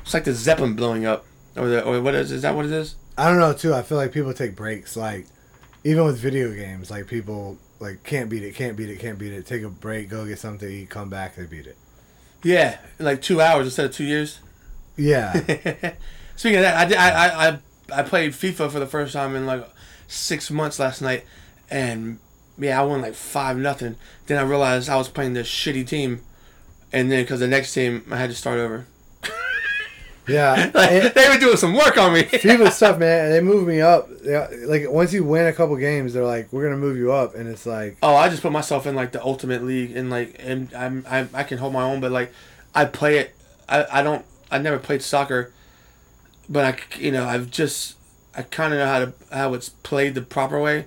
it's like the zeppelin blowing up, or the or what is is that what it is? I don't know too. I feel like people take breaks, like even with video games, like people like can't beat it, can't beat it, can't beat it. Take a break, go get something to eat, come back, they beat it. Yeah, in like two hours instead of two years. Yeah, Speaking of that, I did, I, I I I played FIFA for the first time in like six months last night, and yeah, I won like five nothing. Then I realized I was playing this shitty team, and then because the next team I had to start over. yeah. Like, It- they were doing some work on me. FIFA's tough, man. They move me up. They- Like once you win a couple games, they're like, "We're gonna move you up," and it's like, oh, I just put myself in like the ultimate league, and like and I'm I, I can hold my own, but like I play it. I I don't I never played soccer, but I c- you know I've just I kind of know how to how it's played the proper way.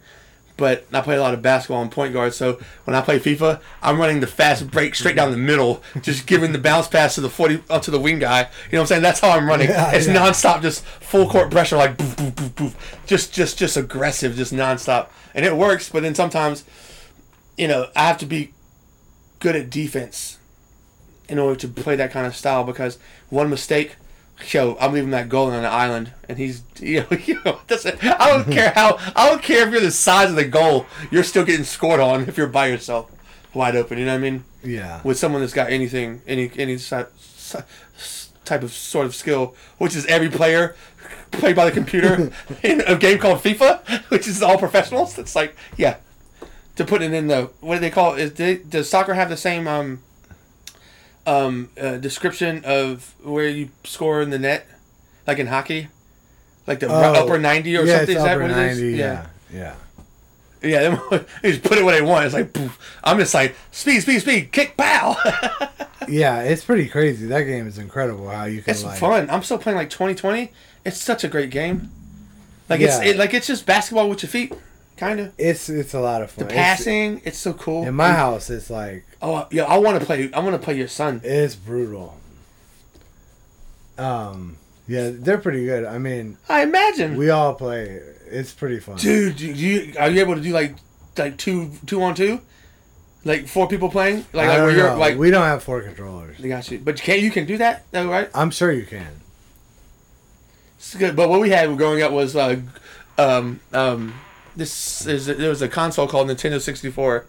But I play a lot of basketball and point guard, so when I play FIFA, I'm running the fast break straight down the middle, just giving the bounce pass to the forty up to the wing guy. You know what I'm saying? That's how I'm running. Yeah, it's yeah. nonstop, just full court pressure, like boof, boof, boof, boof, just just just aggressive, just nonstop, and it works. But then sometimes you know, I have to be good at defense in order to play that kind of style because one mistake, yo, I'm leaving that goal on an island, and he's, you know, you know doesn't, I don't care how, I don't care if you're the size of the goal, you're still getting scored on if you're by yourself, wide open. You know what I mean? "Yeah, With someone that's got anything, any any si- si- s- type of sort of skill, which is every player played by the computer in a game called FIFA, which is all professionals. It's like, yeah, to put it in the what do they call it? Is they, does soccer have the same um, um, uh, description of where you score in the net, like in hockey, like the r- Oh, upper ninety or yeah, something? It's is that upper what it is? 90, yeah, yeah, yeah. They, they just put it where they want. It's like poof. I'm just like speed, speed, speed, kick, pow. yeah. It's pretty crazy. That game is incredible. How you can it's like, fun. I'm still playing like 2020. It's such a great game. Like it's Yeah. it, like it's just basketball with your feet, kind of. It's it's a lot of The fun. It's- passing, it's, so cool. in my house, it's like Oh yeah, I want to play. I want to play your son. it's brutal. Um, yeah, they're pretty good. I mean, I imagine. we all play. it. It's pretty fun. Dude, do you are you able to do like like two two on two, like four people playing? Like, I like don't where know. you're like we don't have four controllers. they got you, but you can you can do that though, right? I'm sure you can. It's good. But what we had growing up was uh, um um this is there was a console called Nintendo sixty four.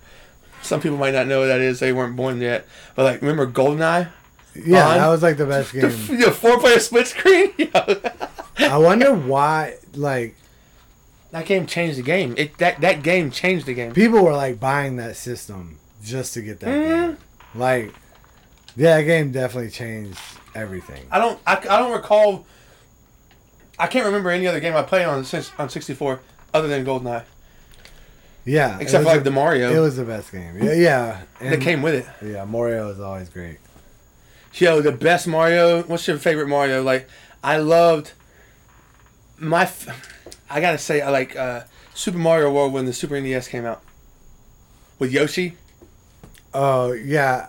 Some people might not know what that is. They weren't born yet. But like, remember Goldeneye? Yeah, Fun. that was like the best The game. f- the four player split screen. I wonder why. Like that game changed the game. It that that game changed the game. people were like buying that system just to get that game. Like, yeah, that game definitely changed everything. I don't. I, I don't recall. I can't remember any other game I played on since on sixty four other than GoldenEye, Yeah, it except was for like a- the It Mario was the best game. Yeah, yeah. that and- came with it. Yeah, Mario is always great. Yo, the best Mario. What's your favorite Mario? Like, I loved my. f- I gotta say, I like uh, Super Mario World when the Super NES came out with Yoshi. Oh yeah,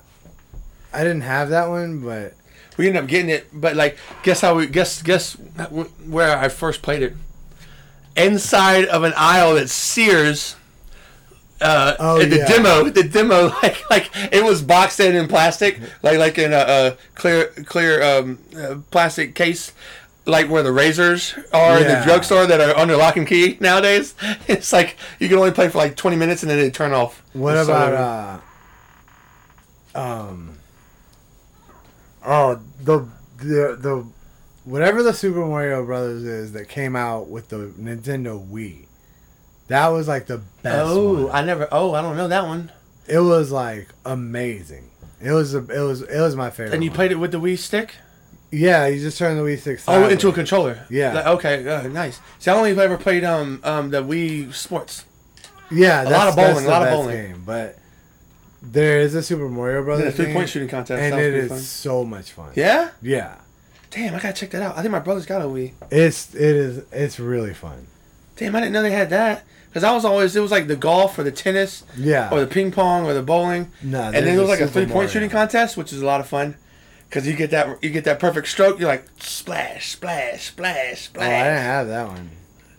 I didn't have that one, but We ended up getting it, but like, guess how we guess guess wh- where I first played it. Inside of an aisle at Sears. Uh, Oh, in the yeah. demo, the demo, like like it was boxed in in plastic, like like in a, a clear clear um, uh, plastic case, like where the razors are in Yeah. the drugstore that are under lock and key nowadays. It's like you can only play for like twenty minutes and then they turn off. what It's so about annoying. uh, um, oh the the the whatever the Super Mario Brothers is that came out with the Nintendo Wii, that was like the best. Oh, one. I never. Oh, I don't know that one. it was like amazing. It was a, it was it was my favorite. And you one. played it with the Wii stick. Yeah, you just turn the Wii Six. Oh, into a sideways. controller. Yeah. Like, okay. Uh, nice. See, I only have ever played um um the Wii Sports. yeah, that's, lot of that's bowling, the a lot of best bowling. Game, but there is a Super Mario The Brothers three game, point shooting contest. and that was it pretty is fun. so much fun. Yeah. yeah, Damn, I gotta check that out. I think my brother's got a Wii. it's it is it's really fun. Damn, I didn't know they had that. Cause I was always it was like the golf or the tennis Yeah, or Oh, the ping pong or the bowling. No, and there's then it was a like a Super three Mario. point shooting contest, which is a lot of fun. Cause you get that you get that perfect stroke. You're like splash, splash, splash, oh, I didn't splash. have that one.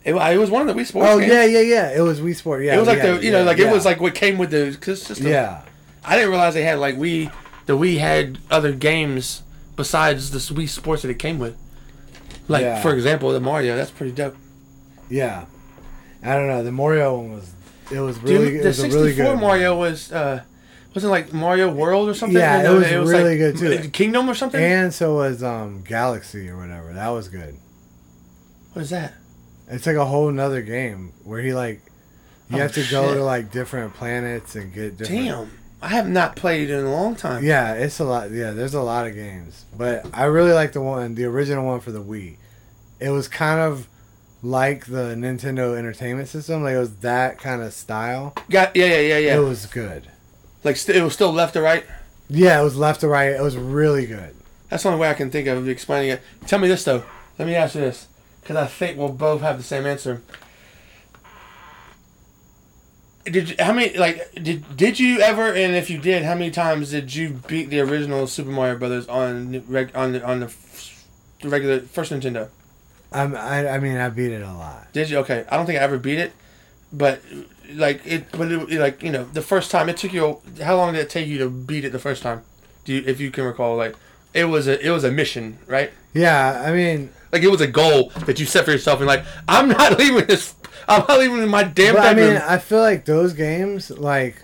it, wa- it was one of the Wii Sports. Oh games. yeah, yeah, yeah. It was Wii Sport. Yeah, It was like yeah, the you know yeah, like yeah. it was like what came with the 'cause system. yeah. I didn't realize they had like Wii. The Wii had other games besides the Wii Sports that it came with. Like Yeah. for example, the Mario. That's pretty dope. yeah. I don't know. The Mario one was it was Dude, really it the was a sixty-four really good. one. Mario was uh, wasn't like Mario World or something. Yeah, No, it was really good, too. M- Kingdom or something. and so was um Galaxy or whatever. That was good. what is that? It's like a whole nother game where he like you Oh, have to go shit. to like different planets and get different. Damn, I have not played in a long time. Yeah, it's a lot. Yeah, there's a lot of games, but I really like the one, the original one for the Wii. It was kind of like the Nintendo Entertainment System. Like it was that kind of style. Got, yeah, yeah, yeah, yeah. It was good. like st- it was still left to right. Yeah, it was left to right. It was really good. That's the only way I can think of explaining it. Tell me this though. Let me ask you this, because I think we'll both have the same answer. Did you, how many like did did you ever and if you did how many times did you beat the original Super Mario Brothers on reg, on the, on the, f- the regular first Nintendo? I'm, I, I mean, I beat it a lot. Did you? Okay, I don't think I ever beat it, but like it but it, like you know the first time it took you a- how long did it take you to beat it the first time? Do you, if you can recall like it was a it was a mission right? Yeah, I mean, Like it was a goal that you set for yourself, and like I'm not leaving this. I'm not leaving my damn but I bedroom. mean, uh, I feel like those games, like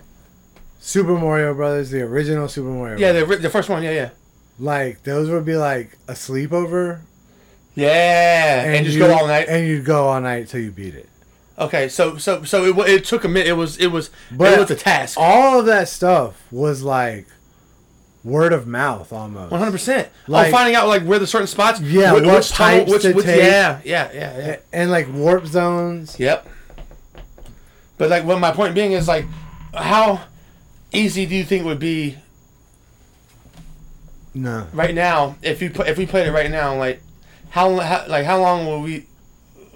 Super Mario Brothers, the original Super Mario, yeah, Brothers, the, the first one. Yeah, yeah, like those would be like a sleepover, yeah, and, just go you- all night. and you'd go all night till you beat it. okay, so so so it, wa- it took a minute. It was it was But it was a task. all of that stuff was like word of mouth almost. One hundred percent. Like Like- Oh, finding out like where the certain spots. Yeah, wh- what types to take. Yeah, yeah, yeah, yeah. And like warp zones. Yep. But like, what my point being is like, how easy do you think it would be No. right now if you put if we played it right now like how, how like how long will we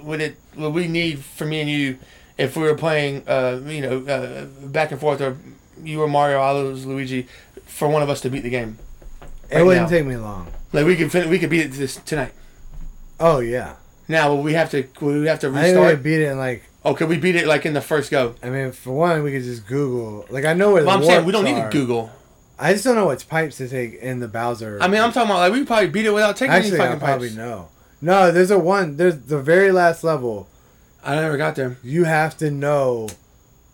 would it would we need for me and you if we were playing, uh, you know, uh, back and forth, or you were Mario, I was Luigi, for one of us to beat the game. it Right wouldn't now. take me long. Like we could fin- we could beat it this tonight. Oh yeah, Now we have to we have to I think we restart. would beat it in like. Oh, could we beat it like in the first go? I mean, for one, we could just Google. Like I know where the. Well, I'm saying we don't warps need are. to Google. I just don't know what pipes to take in the Bowser. I mean, I'm talking about like we can probably beat it without taking actually, any I fucking probably pipes. know. No, there's a one. There's the very last level. I never got there. You have to know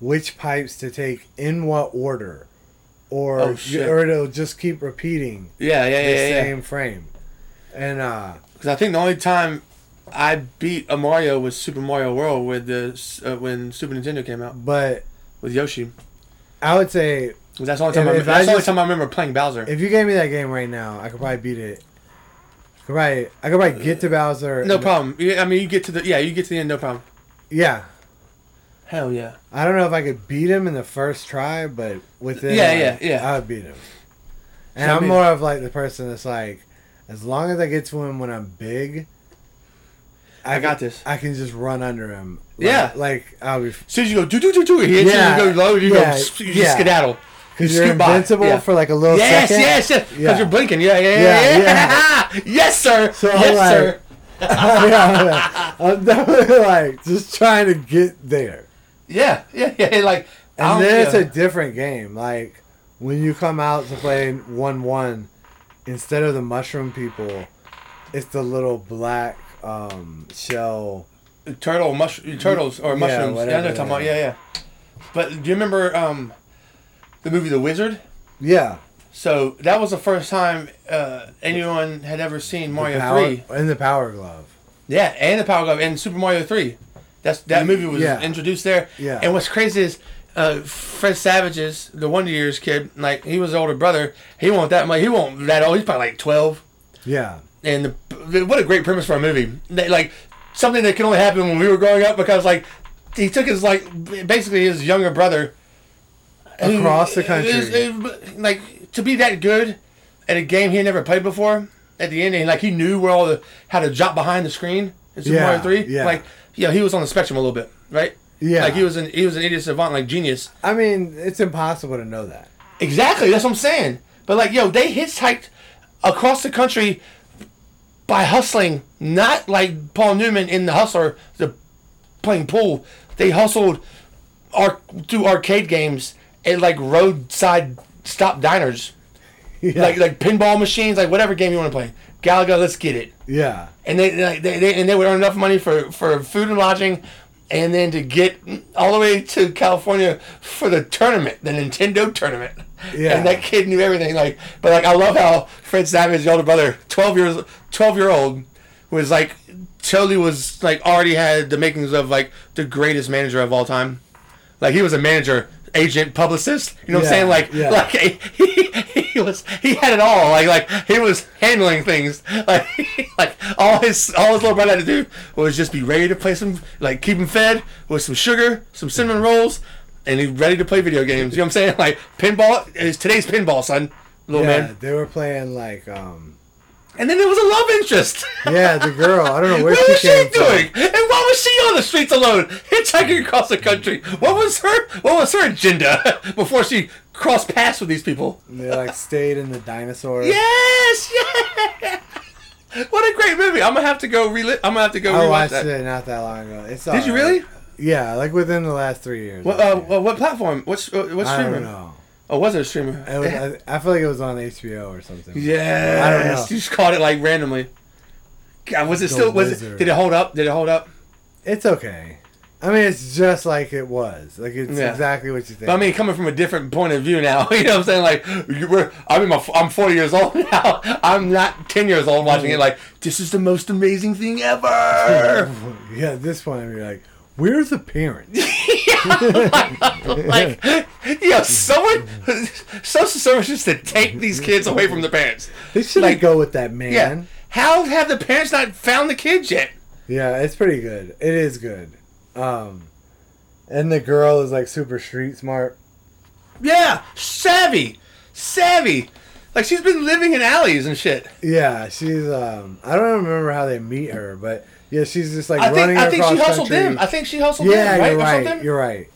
which pipes to take in what order, or Oh, shit. or it'll just keep repeating Yeah, yeah, the yeah, yeah. same frame. And uh, Because I think the only time I beat a Mario was Super Mario World with the uh, when Super Nintendo came out but with Yoshi. I would say 'Cause That's the only time. If- I, if that's I the only just- time I remember playing Bowser. if you gave me that game right now, I could probably beat it. I could probably, I could probably get to Bowser. no and- problem. Yeah, I mean, you get to the yeah, you get to the end, no problem. Yeah, Hell yeah. I don't know if I could beat him in the first try, but within Yeah, like, yeah, yeah. I would beat him. And So I I'm mean- more of like the person that's like, as long as I get to him when I'm big, I got can- this. I can just run under him. Like, Yeah. like I'll be f- As soon as you go do do do do, it hits Yeah, you. You go low, you yeah, go you just yeah. skedaddle. because You you're scoot by, invincible yeah. for like a little Yes, second. yes, yes, because Yeah. you're blinking. Yeah, yeah, Yeah, yeah, yeah. yes, sir. So, yes, like- sir. yeah, yeah. I'm definitely like just trying to get there. Yeah, yeah, yeah. Like, I And don't- then it's Oh, yeah. a different game. Like when you come out to play one one, instead of the mushroom people, it's the little black um, shell. turtle mush turtles or Yeah, mushrooms. Yeah, I know whatever, what you're talking about. yeah. Yeah, yeah. But do you remember um, the movie The Wizard? Yeah, So that was the first time uh, anyone had ever seen Mario power, Oh, Three. and the power glove. Yeah, and the Power Glove and Super Mario Three. That's that movie was Yeah. introduced there. Yeah. And what's crazy is. Uh, Fred Savage's the Wonder Years kid, like he was the older brother. He won't that much. He won't that old. He's probably like twelve. Yeah, and the, what a great premise for a movie. That, like something that can only happen when we were growing up because like he took his like b- basically his younger brother who- Across the country. is- is- like to be that good at a game he had never played before. At the end, and, like he knew where all the how to drop behind the screen in Super Yeah, Mario Three. yeah. Like yeah, he was on the spectrum a little bit, right? Yeah. Like he was an he was an idiot savant, like genius. I mean it's impossible to know that. Exactly, that's what I'm saying. But like, yo, they hitchhiked across the country by hustling, not like Paul Newman in The Hustler, the playing pool. They hustled ar- through arcade games at like roadside stop diners, Yeah, like like pinball machines, like whatever game you want to play. Galaga, let's get it. yeah, And they, they, they, they and they would earn enough money for, for food and lodging, and then to get all the way to California for the tournament, the Nintendo tournament. Yeah. And that kid knew everything. Like, but like I love how Fred Savage, the older brother, twelve years, twelve year old, was like totally was like already had the makings of like the greatest manager of all time. Like he was a manager, agent, publicist. You know what I'm Yeah, saying? Like, yeah. like he, he was he had it all. Like, like he was handling things. Like, like all his all his little brother had to do was just be ready to play some, like keep him fed with some sugar, some cinnamon rolls, and he ready to play video games. You know what I'm saying? Like pinball is today's pinball, son, little yeah. oh, man. They were playing like um, And then there was a love interest. yeah, the girl. I don't know where What she was she came doing? from. And why was she on the streets alone, hitchhiking across the country? What was her What was her agenda before she crossed paths with these people? And They like stayed in the dinosaur. Yes, yeah. What a great movie! I'm gonna have to go relit. I'm gonna have to go Oh, I rewatch watched that. it not that long ago. It's Did you alright. really? Yeah, like within the last three years. What, uh, what- what platform? What's uh, what I streamer? don't know. Oh, was it a streamer? It was, I, I feel like it was on HBO or something. yes. I don't know. You just caught it like randomly. God, was it The still? Was it? Wizard. Did it hold up? Did it hold up? It's okay. I mean, it's just like it was. Like, it's Yeah. exactly what you think. But I mean, coming from a different point of view now, you know what I'm saying? Like, you we're, I'm, in my, I'm 40 years old now. I'm not 10 years old watching Mm. it. Like, this is the most amazing thing ever. yeah, at this point, you're like, where's the parents? like, yo, someone, social services to take these kids away from the parents. They should Like- like, go with that man. Yeah. How have the parents not found the kids yet? Yeah, it's pretty good. It is good. Um, and the girl is like super street smart. Yeah, savvy, savvy. Like she's been living in alleys and shit. Yeah, she's. um I don't remember how they meet her, but yeah, she's just like I running think I think across she hustled country. him. I think she hustled yeah, him, right? you're or right. something? You're right.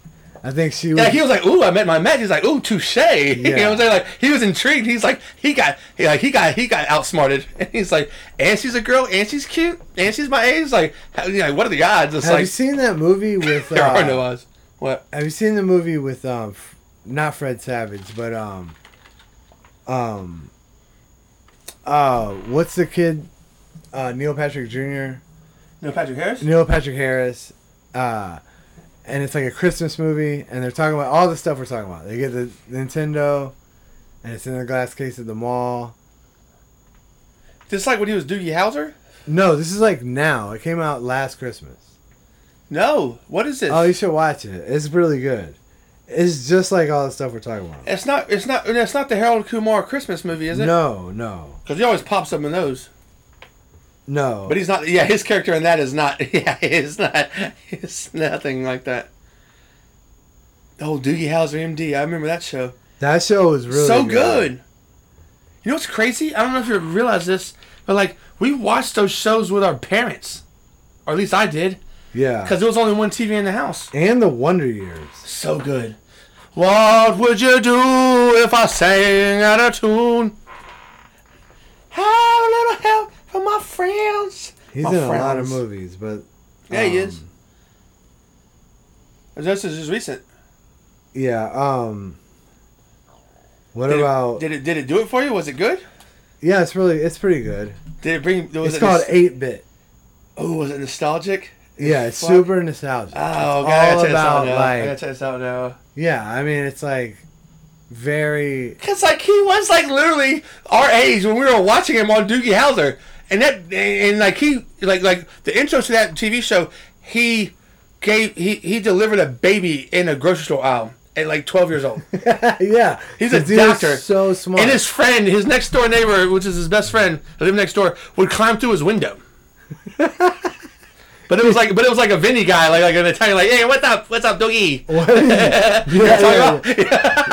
I think she was. Yeah, he was like, "Ooh, I met my match." He's like, "Ooh, touche." You know what I'm saying? Like he was intrigued. He's like, he got, he like he got, he got outsmarted. And he's like, and she's a girl, and she's cute, and she's my age. Like, how, you know, what are the odds? It's have like you seen that movie with? there uh, are no odds. What? Have you seen the movie with um, f- not Fred Savage, but um, um, uh, what's the kid? Uh, Neil Patrick Jr. No, Patrick Harris. Neil Patrick Harris, uh, and it's like a Christmas movie, and they're talking about all the stuff we're talking about. They get the Nintendo, and it's in the glass case at the mall. Just like when he was Doogie Howser. No, this is like now. It came out last Christmas. No, what is this? Oh, you should watch it. It's really good. It's just like all the stuff we're talking about. it's not. It's not. It's not the Harold Kumar Christmas movie, is it? No, no, because he always pops up in those. no. But he's not. Yeah, his character in that is not. Yeah, it's not. It's nothing like that. Oh, Doogie Howser, MD. I remember that show. that show was really so good. You know what's crazy? I don't know if you realize this, but like we watched those shows with our parents, or at least I did, Yeah, because there was only one TV in the house. and the Wonder Years. So good. What would you do if I sang out of tune? How little help from my friends. He's My in a lot of friends. movies, but Yeah, he is. um, This is just recent. Yeah. Um. What Did it- about? did it did it do it for you? Was it good? yeah, it's really it's pretty good. Did it bring? Was it's it called nos- Eight Bit. oh, was it nostalgic? Yeah, it's Fuck. super nostalgic. Oh, It's okay, I gotta all check this out about, now. I like- gotta check this out now. Yeah, I mean it's like very. Cause like he was like literally our age when we were watching him on Doogie Howser, and that and, and, like he like like the intro to that TV show, he gave he he delivered a baby in a grocery store aisle at like twelve years old, yeah, He's a 'cause he was doctor. So smart. and his friend, his next door neighbor, which is his best friend, who lived next door, would climb through his window. but it was like but it was like a Vinny guy, like like an Italian, like hey what's up what's up Doogie? What is- yeah, yeah, yeah.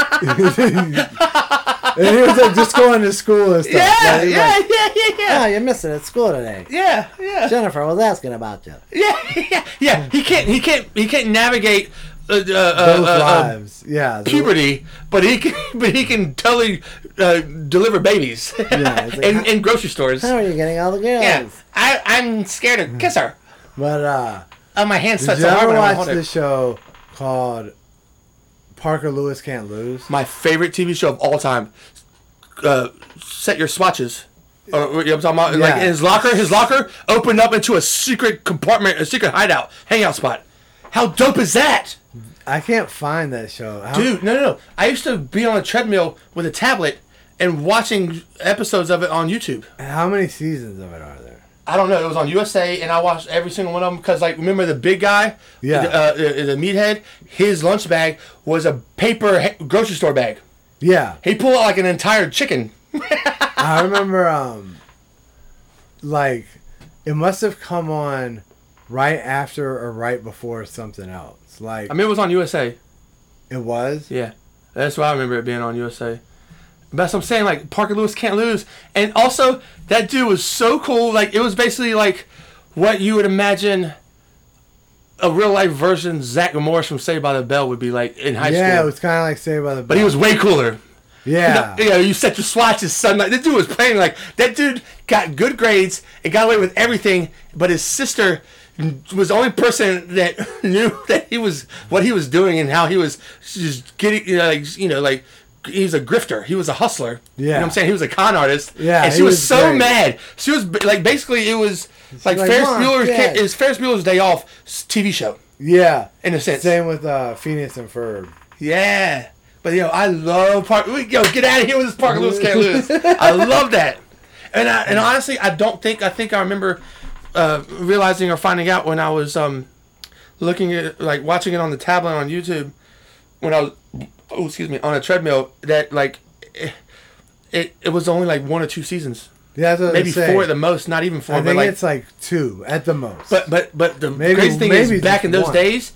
and he was like just going to school and stuff. Yeah, Like, he's yeah, like, yeah, yeah, "Oh, yeah, you're missing at school today. yeah, yeah. Jennifer was asking about you. Yeah, yeah, yeah. He can't. He can't. He can't navigate uh, uh, Those uh, uh, lives. Yeah. the- puberty, but he can. But he can totally uh, deliver babies Yeah, it's like, in, in grocery stores. How are you getting all the girls? Yeah, I, I'm scared to kiss her. But uh, Oh, my hand did sweats you so hard ever when I watch hold her. the show called Parker Lewis Can't Lose? My favorite TV show of all time. Uh, set your swatches. Uh, you know what I'm talking about? Like Yeah. in his locker, his locker opened up into a secret compartment, a secret hideout, hangout spot. How dope is that? I can't find that show. How- Dude, no, no, no. I used to be on a treadmill with a tablet and watching episodes of it on YouTube. How many seasons of it are there? I don't know. It was on USA, and I watched every single one of them because, like, remember the big guy? Yeah. The, uh, the, the meathead? His lunch bag was a paper he- grocery store bag. Yeah, He pulled out, like, an entire chicken. I remember. Um, like, it must have come on right after or right before something else. Like I mean, it was on USA. it was. Yeah. That's why I remember it being on USA. But That's what I'm saying. Like, Parker Lewis can't lose. And also, that dude was so cool. Like, it was basically like what you would imagine a real life version Zach Morris from Saved by the Bell would be like in high yeah, it school. was kind of like Saved by the Bell. but he was way cooler. yeah. You know, you set your swatches, son. Like, that dude was playing. Like, that dude got good grades and got away with everything, but his sister was the only person that knew that he was what he was doing and how he was just getting, you know, like, you know, like he was a grifter. He was a hustler. You know what Yeah. I'm saying? He was a con artist. Yeah, And she he was, was so great. mad. She was, b- like, basically, it was like, like, Ferris "Mom, Bueller's, Dad." it was Ferris Bueller's Day Off TV show, yeah. in a sense. Same with uh, Phineas and Ferb. Yeah. But yo, I love Park. we- Yo, get out of here with this Parker Lewis can't lose. I love that. And I, and honestly, I don't think I think I remember uh, realizing or finding out when I was um, looking at like watching it on the tablet on YouTube when I was oh excuse me on a treadmill that like it it, it was only like one or two seasons, Yeah, that's what maybe I'm saying. four at the most, not even four. I but think like, it's like two at the most. but but but the Maybe- crazy thing maybe is back just in those one. days,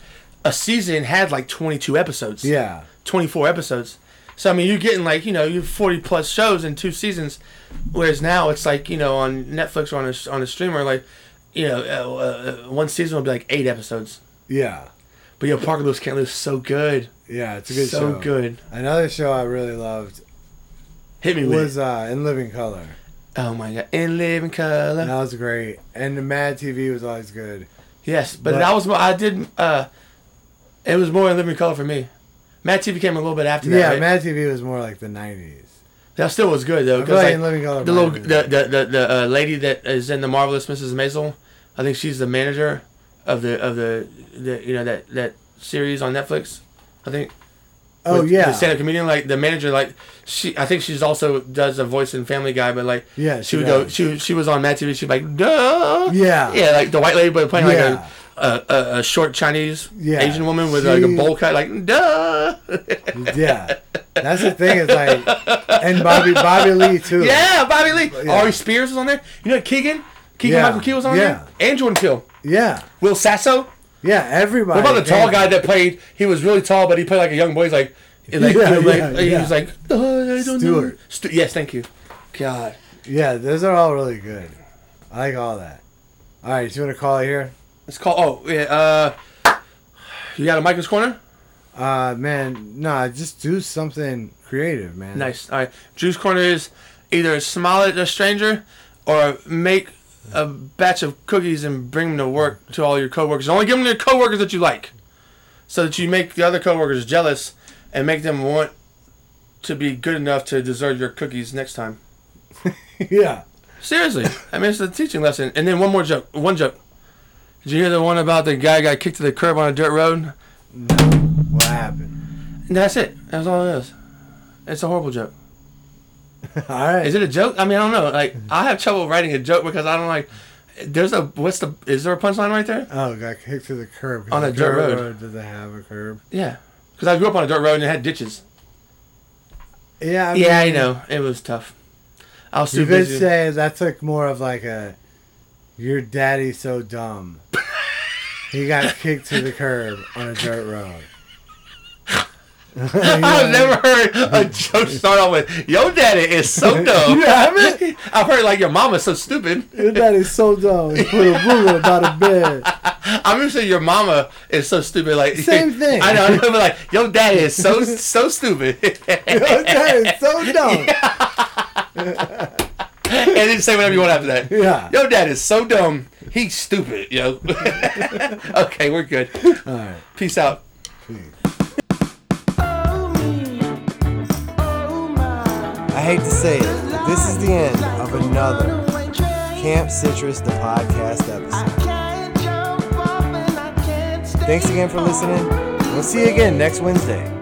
a season had like twenty two episodes. yeah, 24 episodes. So I mean, you're getting like you know you're 40 plus shows in two seasons, whereas now it's like you know on Netflix or on a on a streamer like, you know, uh, uh, one season will be like eight episodes. Yeah. But yo, Parker Lewis Can't Lose is so good, Yeah, it's a good so show. good. Another show I really loved Hit me with was it. uh, In Living Color. oh my god, in living color. That was great. And the Mad TV was always good. Yes, but, But- that was more- I did. uh It was more in living color for me. Matt TV came a little bit after that. Yeah, right? Mad TV was more like the 90s. That still was good I though. 'cause, feel like, like, In Living Color. the might little have the been- the the, the uh, lady that is in the marvelous Mrs. Maisel, I think she's the manager of the of the, the you know that that series on Netflix. I think. oh, with yeah. The stand-up comedian, like the manager, like she. I think she's also does a voice in Family Guy, but like yeah, she, would go. does. She she was on Mad TV. She'd be like, duh. Yeah. Yeah, like the white lady, but playing Yeah. like a, a, a a short Chinese Yeah. Asian woman with She- like a bowl cut, like duh. yeah. That's the thing. It's like, and Bobby Bobby Lee, too. yeah, Bobby Lee. Yeah. Ari Spears was on there. You know Keegan. Keegan Yeah. Michael Key was on Yeah. there, and Jordan Peele. Yeah. Will Sasso. Yeah, everybody. What about the tall came- guy that played? He was really tall, but he played like a young boy. He's like, he like, Yeah, he like- yeah, he yeah. was like, oh, I don't know. Stewart. Stu- yes, thank you. God. Yeah, those are all really good. I like all that. All right, you want to call it here? It's called. Oh, yeah. Uh, you got a Michael's corner. Uh, man, nah, just do something creative, man. Nice. All right. Drew's corner is either smile at a stranger, or make a batch of cookies and bring them to work to all your coworkers. Only give them to the coworkers that you like, so that you make the other coworkers jealous and make them want to be good enough to deserve your cookies next time. yeah. Seriously, I mean it's a teaching lesson. And then one more joke. One joke. Did you hear the one about the guy got kicked to the curb on a dirt road? What happened? And that's it. That's all it is. It's a horrible joke. all right. Is it a joke? I mean, I don't know. Like I have trouble writing a joke because I don't like. There's a what's the is there a punchline right there? oh, got kicked to the curb. 'cause On a the dirt curb road. Doesn't have a curb. Yeah, because I grew up on a dirt road and it had ditches. Yeah. I yeah, I mean, know it was tough. I was too You could busy. say that took more of like a, your daddy's so dumb. he got kicked to the curb on a dirt road. uh, I've never heard a joke start off with "Yo, daddy is so dumb." You haven't? I've heard like your mama's so stupid. Your daddy's so dumb. He put a ruler by the bed. I'm just saying your mama is so stupid. Like Same thing. I know. I know but like your daddy is so so stupid. Your daddy's so dumb. and then say whatever you want after that. Yeah. Yo, dad is so dumb. He's stupid, yo. okay, we're good. All right. Peace out. I hate to say it, this is the end of another Camp Citrus the podcast episode. Thanks again for listening. We'll see you again next Wednesday.